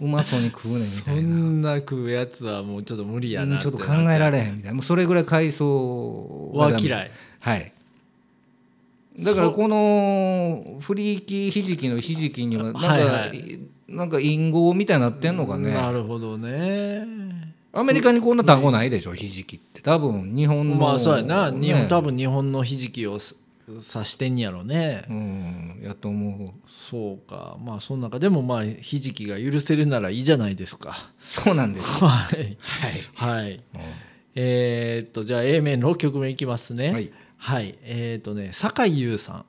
[SPEAKER 2] うまそうに食うねんみ
[SPEAKER 1] そ
[SPEAKER 2] たいなん
[SPEAKER 1] な食うやつはもうちょっと無理や
[SPEAKER 2] う
[SPEAKER 1] なん
[SPEAKER 2] ちょっと考
[SPEAKER 1] え
[SPEAKER 2] えられへんみたいなもうそれぐらい海藻
[SPEAKER 1] は
[SPEAKER 2] ダメ
[SPEAKER 1] 嫌い
[SPEAKER 2] はいだから
[SPEAKER 1] そう
[SPEAKER 2] このフリーキーひじきのひじきにはなんか、
[SPEAKER 1] はいはい
[SPEAKER 2] なんか隠語みたいになってんのかね
[SPEAKER 1] なるほどね
[SPEAKER 2] アメリカにこんな単語ないでしょひじきって多分日本の
[SPEAKER 1] まあそうやな日本
[SPEAKER 2] ね
[SPEAKER 1] 多分日本のひじきをす指してんやろね
[SPEAKER 2] うんやと思う
[SPEAKER 1] そうかまあその中でもまあひじきが許せるならいいじゃないですか
[SPEAKER 2] そうなんです
[SPEAKER 1] はい
[SPEAKER 2] はい、
[SPEAKER 1] はい
[SPEAKER 2] うん
[SPEAKER 1] えーっとじゃあ A 面6曲目いきますね
[SPEAKER 2] は
[SPEAKER 1] はいい、えーっとね酒井優さん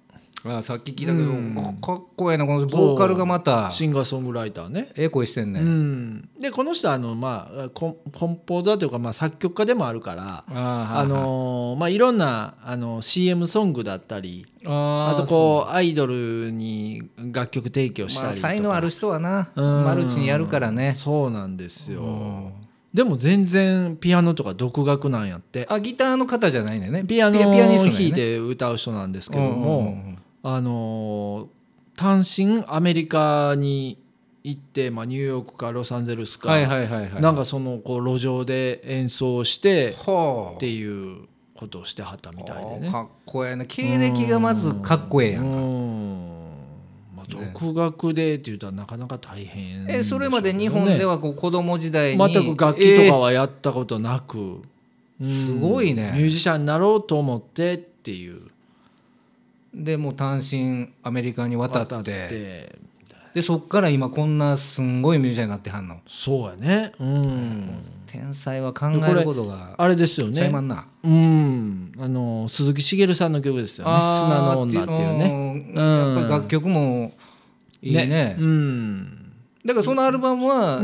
[SPEAKER 2] あさっき聞いたけど、
[SPEAKER 1] うん
[SPEAKER 2] かかっこええなこのボーカルがまた
[SPEAKER 1] シンガーソングライターね
[SPEAKER 2] ええ声してんね、
[SPEAKER 1] うん、でこの人はあの、まあ、コンコンポーザーというか、まあ、作曲家でもあるから
[SPEAKER 2] あー
[SPEAKER 1] あのーまあ、いろんなあの CM ソングだったりあ
[SPEAKER 2] あー
[SPEAKER 1] とこうアイドルに楽曲提供した
[SPEAKER 2] まあ、
[SPEAKER 1] りとか、
[SPEAKER 2] 才能ある人はな
[SPEAKER 1] うん
[SPEAKER 2] マルチにやるからね
[SPEAKER 1] そうなんですよ
[SPEAKER 2] うん
[SPEAKER 1] でも全然ピアノとか独学なんやって
[SPEAKER 2] あギターの方じゃないんだよね
[SPEAKER 1] ピアノを
[SPEAKER 2] ピニストなん
[SPEAKER 1] 弾い
[SPEAKER 2] やね
[SPEAKER 1] て歌う人なんですけど
[SPEAKER 2] うんうん
[SPEAKER 1] も、
[SPEAKER 2] うん
[SPEAKER 1] あのー単身アメリカに行って、まあ、ニューヨークかロサンゼルスか、
[SPEAKER 2] はいはいはいはい
[SPEAKER 1] なんかそのこう路上で演奏して
[SPEAKER 2] はあ
[SPEAKER 1] っていうことをしてはったみたいでね
[SPEAKER 2] かっこええな経歴がまずかっこええやんか
[SPEAKER 1] うんまあ、独学でって言ったらなかなか大変、
[SPEAKER 2] えそれまで日本で
[SPEAKER 1] は
[SPEAKER 2] はこう子供時代
[SPEAKER 1] 全
[SPEAKER 2] に
[SPEAKER 1] く楽器とか
[SPEAKER 2] は
[SPEAKER 1] はやったことなく、うん
[SPEAKER 2] すごいね
[SPEAKER 1] ミュージシャンになろうと思ってっていう
[SPEAKER 2] でもう単身アメリカに渡って
[SPEAKER 1] で
[SPEAKER 2] でそっから今こんなすんごいミュージシャンになってはんの
[SPEAKER 1] そうやねうん
[SPEAKER 2] 天才は考えることが
[SPEAKER 1] あれですよ
[SPEAKER 2] ちゃい
[SPEAKER 1] ね
[SPEAKER 2] まんな
[SPEAKER 1] うんあの鈴木茂さんの曲ですよね「砂の女」っていうね
[SPEAKER 2] ね
[SPEAKER 1] うん
[SPEAKER 2] やっぱり楽曲もいいね
[SPEAKER 1] うん
[SPEAKER 2] だからそのアルバムは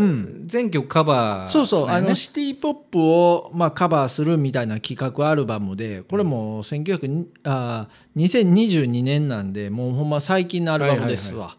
[SPEAKER 2] 全曲カバー、
[SPEAKER 1] そうそう、あ
[SPEAKER 2] なんやね
[SPEAKER 1] のシティ・ポップを、まあ、カバーするみたいな企画アルバムでこれも1900にあ2022年なんでもうほんま最近のアルバムですわ、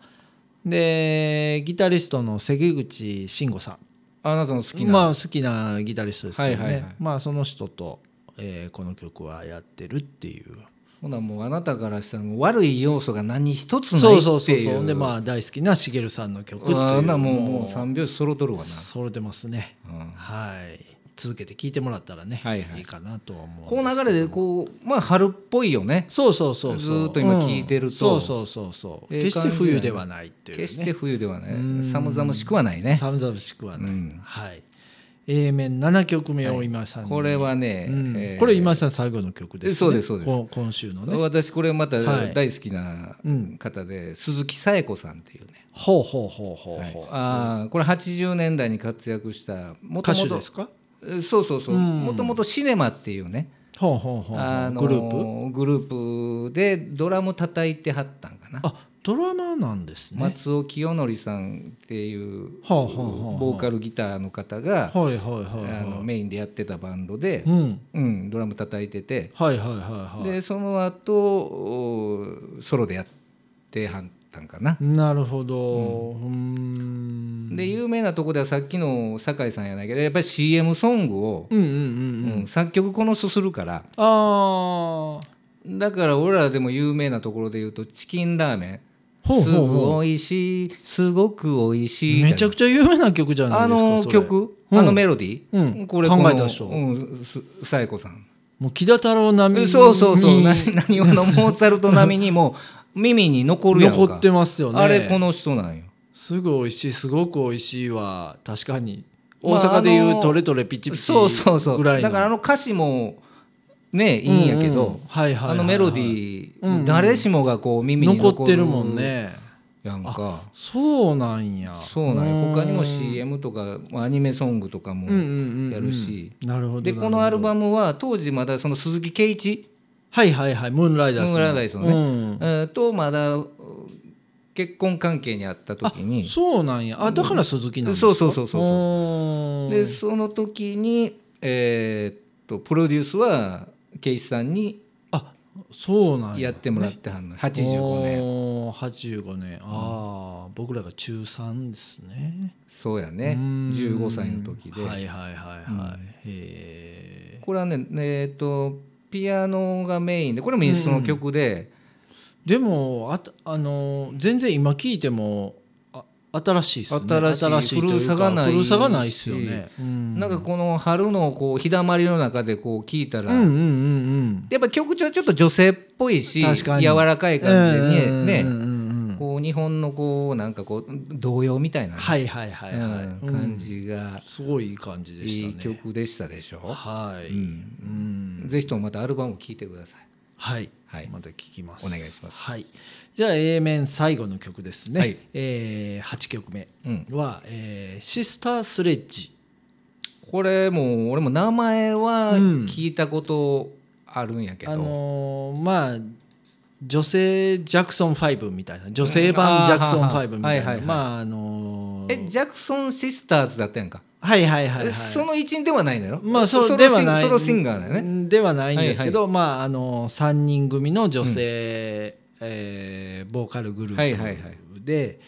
[SPEAKER 1] でギタリストの関口慎吾さん
[SPEAKER 2] あなたの好きな、
[SPEAKER 1] まあ、好きなギタリストですけどね、
[SPEAKER 2] はいはいはい
[SPEAKER 1] まあ、その人と、えーこの曲はやってるっていう
[SPEAKER 2] ほなもうあなたからしたらもう悪い要素が何一つないってい
[SPEAKER 1] そううそうそうそうでま
[SPEAKER 2] あ
[SPEAKER 1] あ大好きな茂さんの曲っていう
[SPEAKER 2] あんなもう
[SPEAKER 1] もう
[SPEAKER 2] もう三拍子揃っとるわな、
[SPEAKER 1] それてますね
[SPEAKER 2] うん
[SPEAKER 1] はい続けて聴いてもらったらね、
[SPEAKER 2] はいはい
[SPEAKER 1] かなとは思う
[SPEAKER 2] こう流れでこうまあ春っぽいよね
[SPEAKER 1] そうそうそうそう
[SPEAKER 2] ずーっと今聞いてると
[SPEAKER 1] うんそうそうそうそう
[SPEAKER 2] ええ
[SPEAKER 1] 決して冬ではないっていう、ね、
[SPEAKER 2] 決して冬では
[SPEAKER 1] うん
[SPEAKER 2] ね寒々しくはないね
[SPEAKER 1] 寒々しくはない、
[SPEAKER 2] うん
[SPEAKER 1] はい A 面7曲目を今さんに、
[SPEAKER 2] これはね、
[SPEAKER 1] うん
[SPEAKER 2] えー
[SPEAKER 1] これ今井さん最後の曲です、ね、
[SPEAKER 2] そうですそうです
[SPEAKER 1] こ今週のね
[SPEAKER 2] 私これまた
[SPEAKER 1] はい
[SPEAKER 2] 大好きな
[SPEAKER 1] うん
[SPEAKER 2] 方で、鈴木紗栄子さんっていうね、
[SPEAKER 1] ほうほうほうほうほう、
[SPEAKER 2] あーこれ80年代に活躍したも
[SPEAKER 1] 歌手ですか
[SPEAKER 2] そうそうそう
[SPEAKER 1] うん
[SPEAKER 2] もともとシネマっていうね、
[SPEAKER 1] ほうほうほうほう、
[SPEAKER 2] あの
[SPEAKER 1] グループ
[SPEAKER 2] グループでドラム叩いてはったんかな、
[SPEAKER 1] あドラマーなんですね、
[SPEAKER 2] 松尾清則さんっていう
[SPEAKER 1] はあはあはあはあ
[SPEAKER 2] ボーカルギターの方が、
[SPEAKER 1] はいはいはいはい
[SPEAKER 2] あのメインでやってたバンドで
[SPEAKER 1] う、ん
[SPEAKER 2] うん、ドラム叩いてて、
[SPEAKER 1] はいはいはいはい
[SPEAKER 2] でその後おソロでやってはったんかな。
[SPEAKER 1] なるほどうーん
[SPEAKER 2] で有名なとこではさっきの酒井さんやないけどやっぱり CM ソングを、
[SPEAKER 1] うんうんうん
[SPEAKER 2] う
[SPEAKER 1] うん
[SPEAKER 2] ん作曲この人するから
[SPEAKER 1] ああ
[SPEAKER 2] だから俺らでも有名なところで言うとチキンラーメン
[SPEAKER 1] ほう
[SPEAKER 2] す
[SPEAKER 1] ほうほう
[SPEAKER 2] ごいしいすごく美味しい
[SPEAKER 1] めちゃくちゃ有名な曲じゃな
[SPEAKER 2] あ
[SPEAKER 1] いですか
[SPEAKER 2] の
[SPEAKER 1] それ
[SPEAKER 2] 曲、あのメロディー、
[SPEAKER 1] うん
[SPEAKER 2] これ
[SPEAKER 1] 考
[SPEAKER 2] この
[SPEAKER 1] えた人
[SPEAKER 2] うんすさえこさん
[SPEAKER 1] もう木田太郎並みに
[SPEAKER 2] そうそうそう なにわのモーツァルト並みにもう耳に残るやんか
[SPEAKER 1] 残ってますよね
[SPEAKER 2] あれこの人なんよ
[SPEAKER 1] すごい美味しいすごく美味しいは確かに
[SPEAKER 2] ま
[SPEAKER 1] 大
[SPEAKER 2] あ
[SPEAKER 1] 阪で
[SPEAKER 2] あ
[SPEAKER 1] いう
[SPEAKER 2] の
[SPEAKER 1] トレトレピチピチ
[SPEAKER 2] そうそうそう
[SPEAKER 1] ぐらいの
[SPEAKER 2] だからあの歌詞もねいいんやけど、
[SPEAKER 1] ううはいはいはいはい
[SPEAKER 2] あのメロデ
[SPEAKER 1] ー
[SPEAKER 2] ィー、
[SPEAKER 1] うんうん
[SPEAKER 2] 誰しもがこう耳に残る
[SPEAKER 1] 残ってるもんね
[SPEAKER 2] やんか
[SPEAKER 1] そうなんや
[SPEAKER 2] そうなんよ他にも
[SPEAKER 1] うん
[SPEAKER 2] CM とかアニメソングとかも、
[SPEAKER 1] うんうんうんうん
[SPEAKER 2] やるし
[SPEAKER 1] なるほど
[SPEAKER 2] で
[SPEAKER 1] なるほど
[SPEAKER 2] このアルバムは当時まだその鈴木圭一
[SPEAKER 1] はいはいはいムーンライダーズ
[SPEAKER 2] ムーンライダーズのね
[SPEAKER 1] うん
[SPEAKER 2] えーとまだう結婚関係にあった時に
[SPEAKER 1] そうなんやあだから鈴木なんですか
[SPEAKER 2] そうそうそうそうそう
[SPEAKER 1] そ
[SPEAKER 2] でその時にえーっとプロデュースは圭一さんに
[SPEAKER 1] あそうなん
[SPEAKER 2] やってもらってはんの85年
[SPEAKER 1] 年85年ああ、僕らが中3ですね
[SPEAKER 2] そうやね
[SPEAKER 1] うん
[SPEAKER 2] 15歳の時で、
[SPEAKER 1] はいはいはいは
[SPEAKER 2] う
[SPEAKER 1] い、へえ
[SPEAKER 2] これはねえーっとピアノがメインでこれもインストの曲で、
[SPEAKER 1] でもあたあの全然今聞いてもあ新しいですね
[SPEAKER 2] 新しい
[SPEAKER 1] とうか
[SPEAKER 2] 古さがない
[SPEAKER 1] 古さがないですよね、
[SPEAKER 2] なんかこの春のこう日だまりの中でこう聴いたら、
[SPEAKER 1] うんうんうんうん
[SPEAKER 2] やっぱ曲調はちょっと女性っぽいし
[SPEAKER 1] 確かに
[SPEAKER 2] 柔らかい感じでね,、
[SPEAKER 1] うん
[SPEAKER 2] ね
[SPEAKER 1] うんうんうん
[SPEAKER 2] こう日本のこうなんかこう童謡みたいな、
[SPEAKER 1] はいはいはいはい、
[SPEAKER 2] うん感じが
[SPEAKER 1] すごいいい感じでしたね
[SPEAKER 2] いい曲でしたでしょ
[SPEAKER 1] はい、
[SPEAKER 2] う
[SPEAKER 1] うんん
[SPEAKER 2] ぜひともまたアルバムを聴いてください。
[SPEAKER 1] はい、
[SPEAKER 2] はい
[SPEAKER 1] また聞きます
[SPEAKER 2] お願いします
[SPEAKER 1] はい、じゃあ A 面最後の曲ですね、
[SPEAKER 2] はい
[SPEAKER 1] えー、8曲目
[SPEAKER 2] うん、
[SPEAKER 1] は、えーシスター・スレッジ」
[SPEAKER 2] これもう俺も名前は
[SPEAKER 1] うん
[SPEAKER 2] 聞いたことあるんやけど、
[SPEAKER 1] あのーまあ女性ジャクソン5みたいな女性版ジャクソン5みたい
[SPEAKER 2] あーはいはい
[SPEAKER 1] な
[SPEAKER 2] はい
[SPEAKER 1] まああのー
[SPEAKER 2] えジャクソン・シスターズだったやんか、
[SPEAKER 1] はいはいはい、は
[SPEAKER 2] え
[SPEAKER 1] い、
[SPEAKER 2] その一員ではないのよ、
[SPEAKER 1] まあ
[SPEAKER 2] そ
[SPEAKER 1] そう
[SPEAKER 2] ソ
[SPEAKER 1] で
[SPEAKER 2] ロシ
[SPEAKER 1] は
[SPEAKER 2] ン
[SPEAKER 1] ない
[SPEAKER 2] ソロシンガーだよね、
[SPEAKER 1] うんではないんですけど、まああの3人組の女性、えーボーカルグループで、
[SPEAKER 2] はいはいはい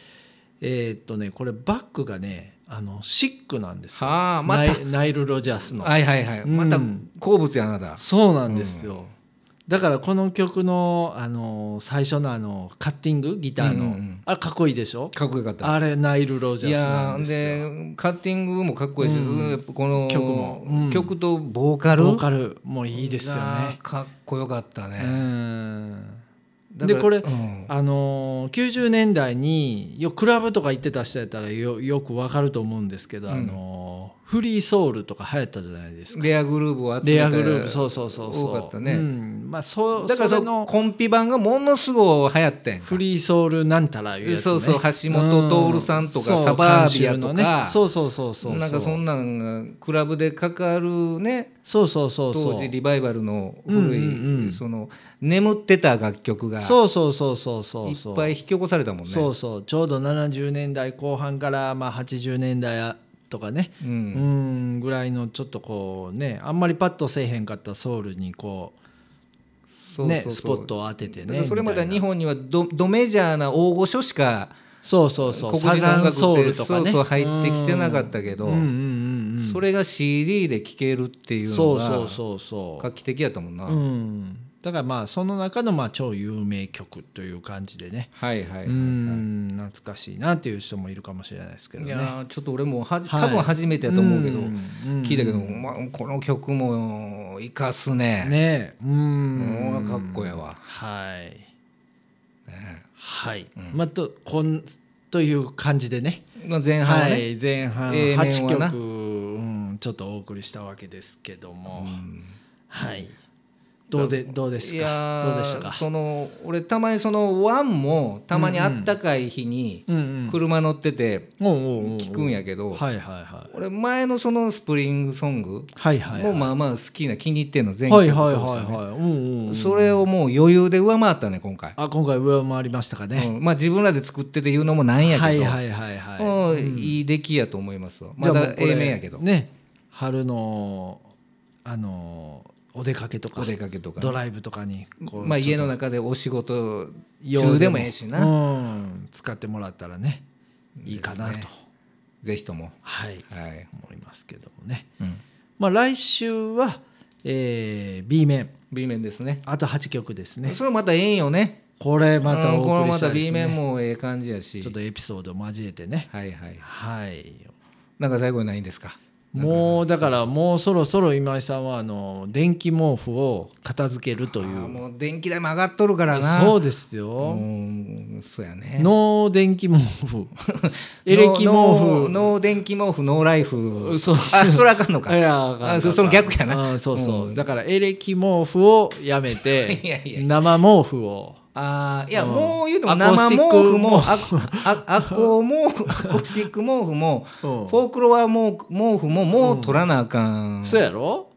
[SPEAKER 1] えーっとねこれバックがねあのシックなんですよ、
[SPEAKER 2] はあまた
[SPEAKER 1] ナイナイル・ロジャースの、
[SPEAKER 2] はいはいはい、
[SPEAKER 1] うん
[SPEAKER 2] また好物やあなた
[SPEAKER 1] そうなんですよ、だからこの曲のあの最初のあのカッティングギターの、
[SPEAKER 2] うんうんうん
[SPEAKER 1] あれかっこいいでしょ
[SPEAKER 2] かっこよかった
[SPEAKER 1] あれナイル・ロジャ
[SPEAKER 2] い
[SPEAKER 1] ース
[SPEAKER 2] や
[SPEAKER 1] なん
[SPEAKER 2] ー
[SPEAKER 1] ですよ
[SPEAKER 2] でカッティングもかっこいいし、
[SPEAKER 1] うん
[SPEAKER 2] やっぱこの
[SPEAKER 1] 曲もうん
[SPEAKER 2] 曲とボーカル
[SPEAKER 1] ボーカルもういいですよね
[SPEAKER 2] がかっこよかった
[SPEAKER 1] う
[SPEAKER 2] ね、
[SPEAKER 1] ん
[SPEAKER 2] だか
[SPEAKER 1] で
[SPEAKER 2] ら
[SPEAKER 1] これ
[SPEAKER 2] うん
[SPEAKER 1] あのー90年代によクラブとか行ってた人やったらよよくわかると思うんですけど、
[SPEAKER 2] うん
[SPEAKER 1] あのーフリーソウルとか流行ったじゃないですか
[SPEAKER 2] レアグルーブを集め
[SPEAKER 1] レ
[SPEAKER 2] た
[SPEAKER 1] アグループそうそうそうそう
[SPEAKER 2] 多かったね
[SPEAKER 1] うんまあ、そう
[SPEAKER 2] だから
[SPEAKER 1] そ
[SPEAKER 2] そ
[SPEAKER 1] れの
[SPEAKER 2] のコンピ版がものすごい流行ってん
[SPEAKER 1] フリーソウルなんたらいうやつ、ね、
[SPEAKER 2] そうそう橋本徹さんとか
[SPEAKER 1] う
[SPEAKER 2] サバービアとか
[SPEAKER 1] 監修のね、そうそうそうそう
[SPEAKER 2] なんかそんなんがクラブでかかるね
[SPEAKER 1] そうそうそうそう
[SPEAKER 2] 当時リバイバルの古い、
[SPEAKER 1] うんうんうん
[SPEAKER 2] その眠ってた楽曲がいっ
[SPEAKER 1] そうそうそうそうそうそう
[SPEAKER 2] ぱい引き起こされたもんね
[SPEAKER 1] そうそうちょうど70年代後半からまあ80年代とかね
[SPEAKER 2] う
[SPEAKER 1] うん
[SPEAKER 2] ん
[SPEAKER 1] ぐらいのちょっとこうねあんまりパッとせえへんかったソウルにこ
[SPEAKER 2] そうう
[SPEAKER 1] ね
[SPEAKER 2] そうそう
[SPEAKER 1] スポットを当てて
[SPEAKER 2] だか
[SPEAKER 1] ね
[SPEAKER 2] らそれまでは
[SPEAKER 1] み
[SPEAKER 2] 日
[SPEAKER 1] たいな
[SPEAKER 2] 本にはドドメジャーな大御所しか
[SPEAKER 1] そうそうそう
[SPEAKER 2] 黒人の音楽って
[SPEAKER 1] ソウルとかね
[SPEAKER 2] そうそう入ってきてなかったけど
[SPEAKER 1] うんうんうんうん
[SPEAKER 2] それが CD で聴けるっていうの
[SPEAKER 1] そう
[SPEAKER 2] が
[SPEAKER 1] そうそうそう
[SPEAKER 2] 画期的やったもんな、
[SPEAKER 1] うん、だからまあその中のまあ超有名曲という感じでね、
[SPEAKER 2] はいはいはい、はい
[SPEAKER 1] うん懐かしいなっていう人もいるかもしれないですけど
[SPEAKER 2] い
[SPEAKER 1] ね。
[SPEAKER 2] やーちょっと俺もはじ
[SPEAKER 1] はい
[SPEAKER 2] 多分初めてやと思うけど、
[SPEAKER 1] ん
[SPEAKER 2] 聞いたけど、
[SPEAKER 1] うん
[SPEAKER 2] まあ、この曲も生かすね
[SPEAKER 1] ねえうん
[SPEAKER 2] うんかっこええわ
[SPEAKER 1] はい
[SPEAKER 2] ね
[SPEAKER 1] はい、まあとこんという感じでね
[SPEAKER 2] まあ、前半は
[SPEAKER 1] は
[SPEAKER 2] ね、
[SPEAKER 1] い前半
[SPEAKER 2] A 面はな
[SPEAKER 1] 8曲、うん、ちょっとお送りしたわけですけども、
[SPEAKER 2] うん
[SPEAKER 1] はいどうでどうです
[SPEAKER 2] いや
[SPEAKER 1] か
[SPEAKER 2] ー
[SPEAKER 1] どうでしたか
[SPEAKER 2] その俺たまにそのワンもたまにあったかい日に
[SPEAKER 1] うんうん
[SPEAKER 2] 車乗ってて
[SPEAKER 1] おうおうおう
[SPEAKER 2] 聞くんやけど、
[SPEAKER 1] はいはいはい
[SPEAKER 2] 俺前のそのスプリングソング
[SPEAKER 1] はいはいはい
[SPEAKER 2] もまあまあ好きな気に入ってんの全
[SPEAKER 1] はい
[SPEAKER 2] 曲通
[SPEAKER 1] はいはい
[SPEAKER 2] してね
[SPEAKER 1] はい。うんうん。
[SPEAKER 2] それをもう余裕で上回ったね今回、
[SPEAKER 1] あ今回上回りましたか
[SPEAKER 2] う
[SPEAKER 1] ね。
[SPEAKER 2] んまあ自分らで作ってて言うのもなんやけど、
[SPEAKER 1] はいはいはいはい。
[SPEAKER 2] もういい出来やと思いますわま
[SPEAKER 1] じゃあ
[SPEAKER 2] だ
[SPEAKER 1] もうこれ
[SPEAKER 2] A 面やけど、
[SPEAKER 1] ね春のあのお出かけとか
[SPEAKER 2] お出かけとか
[SPEAKER 1] ドライブとかにこう
[SPEAKER 2] まあ、
[SPEAKER 1] ちょ
[SPEAKER 2] 家
[SPEAKER 1] っ
[SPEAKER 2] の中でお仕事
[SPEAKER 1] と
[SPEAKER 2] 中でもええしな、
[SPEAKER 1] うん使ってもらったらねいいかなと、
[SPEAKER 2] ですねぜひとも
[SPEAKER 1] はい
[SPEAKER 2] はい、
[SPEAKER 1] 思いますけどもね。
[SPEAKER 2] うん、
[SPEAKER 1] まあ来週は、えー、B 面
[SPEAKER 2] B 面ですね
[SPEAKER 1] あと8曲ですね。
[SPEAKER 2] それまたええんよね
[SPEAKER 1] これまた
[SPEAKER 2] う
[SPEAKER 1] お
[SPEAKER 2] んこ
[SPEAKER 1] 送
[SPEAKER 2] れ
[SPEAKER 1] り
[SPEAKER 2] ま
[SPEAKER 1] した
[SPEAKER 2] た
[SPEAKER 1] いです
[SPEAKER 2] B
[SPEAKER 1] ね。
[SPEAKER 2] 面もええ感じやし
[SPEAKER 1] ちょっとエピソードを交えてね。
[SPEAKER 2] はいはい
[SPEAKER 1] はい。
[SPEAKER 2] なんか最後にないんですか
[SPEAKER 1] もうだからもうそろそろ今井さんはあの電気毛布を片付けるとい
[SPEAKER 2] あー
[SPEAKER 1] う
[SPEAKER 2] もう電気代も上がっとるからな
[SPEAKER 1] そうです
[SPEAKER 2] う
[SPEAKER 1] よ
[SPEAKER 2] んそうやね
[SPEAKER 1] ノー電気毛 布エレキ毛
[SPEAKER 2] ノー
[SPEAKER 1] 布
[SPEAKER 2] ノー電気毛布ノーライフ
[SPEAKER 1] そう
[SPEAKER 2] あそれあかん のか
[SPEAKER 1] い
[SPEAKER 2] い
[SPEAKER 1] やあかん
[SPEAKER 2] あそその逆やな
[SPEAKER 1] あそうそう、
[SPEAKER 2] うん
[SPEAKER 1] だからエレキ毛布をやめて
[SPEAKER 2] いやいや
[SPEAKER 1] 生毛布を
[SPEAKER 2] あーいや
[SPEAKER 1] うん
[SPEAKER 2] もう言うても
[SPEAKER 1] アコース
[SPEAKER 2] 生
[SPEAKER 1] テ
[SPEAKER 2] 毛
[SPEAKER 1] ィック
[SPEAKER 2] 布もああアコ毛布アコースティック毛布も
[SPEAKER 1] う
[SPEAKER 2] フ
[SPEAKER 1] ん
[SPEAKER 2] ォークロア毛毛布ももう取らなあかん
[SPEAKER 1] そうやろ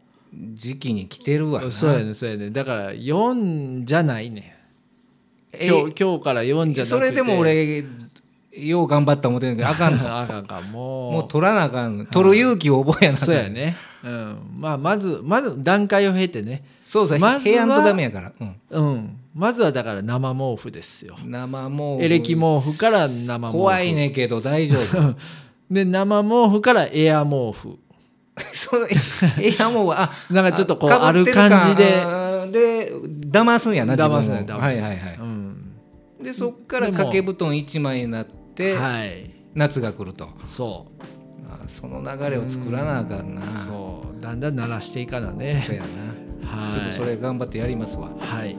[SPEAKER 2] 時期に来てるわな
[SPEAKER 1] そうやねそうやねだから4じゃないね
[SPEAKER 2] え
[SPEAKER 1] 今日今日から4じゃなくて
[SPEAKER 2] それでも俺よう頑張った思ってんけどあかんの
[SPEAKER 1] あかんあかん もう
[SPEAKER 2] もう取らなあかん取る勇気を覚えなあかん
[SPEAKER 1] そうやね、うん、まあまずまず段階を経てね
[SPEAKER 2] そうそう、
[SPEAKER 1] まずは
[SPEAKER 2] 平安とダメやから、うん
[SPEAKER 1] うんまずはだから生毛布ですよ
[SPEAKER 2] 生毛布
[SPEAKER 1] エレキ毛布から生毛布
[SPEAKER 2] 怖いねんけど大丈夫
[SPEAKER 1] で生毛布からエア毛布
[SPEAKER 2] その平安毛布はあ
[SPEAKER 1] なんかちょっとこう
[SPEAKER 2] あ被ってる
[SPEAKER 1] ある感じで
[SPEAKER 2] あーで騙すんやな自分
[SPEAKER 1] 騙
[SPEAKER 2] を
[SPEAKER 1] すね騙すね
[SPEAKER 2] はいはいはい
[SPEAKER 1] うん
[SPEAKER 2] でそっから掛け布団一枚になって、
[SPEAKER 1] はい
[SPEAKER 2] 夏が来ると
[SPEAKER 1] そう
[SPEAKER 2] あその流れを作らなあかんなそ
[SPEAKER 1] そうだんだん鳴らしていかなね
[SPEAKER 2] うやな、
[SPEAKER 1] はい
[SPEAKER 2] ちょっとそれ頑張ってやりますわは
[SPEAKER 1] はい
[SPEAKER 2] い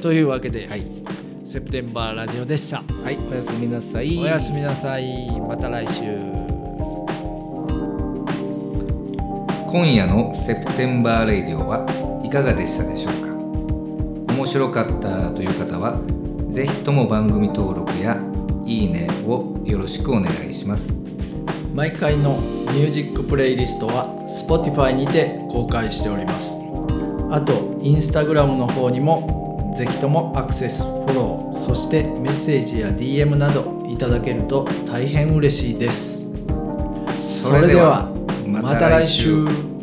[SPEAKER 1] というわけで、
[SPEAKER 2] はい、
[SPEAKER 1] セプテンバーラジオでした
[SPEAKER 2] はい、おやすみなさい
[SPEAKER 1] おやすみなさいまた来週
[SPEAKER 2] 今夜のセプテンバーレイディオはいかがでしたでしょうか面白かったという方はぜひとも番組登録やいいねをよろしくお願いします
[SPEAKER 1] 毎回のミュージックプレイリストは Spotify にて公開しておりますあと Instagram の方にもぜひともアクセスフォローそしてメッセージや DM などいただけると大変嬉しいですそれではまた来週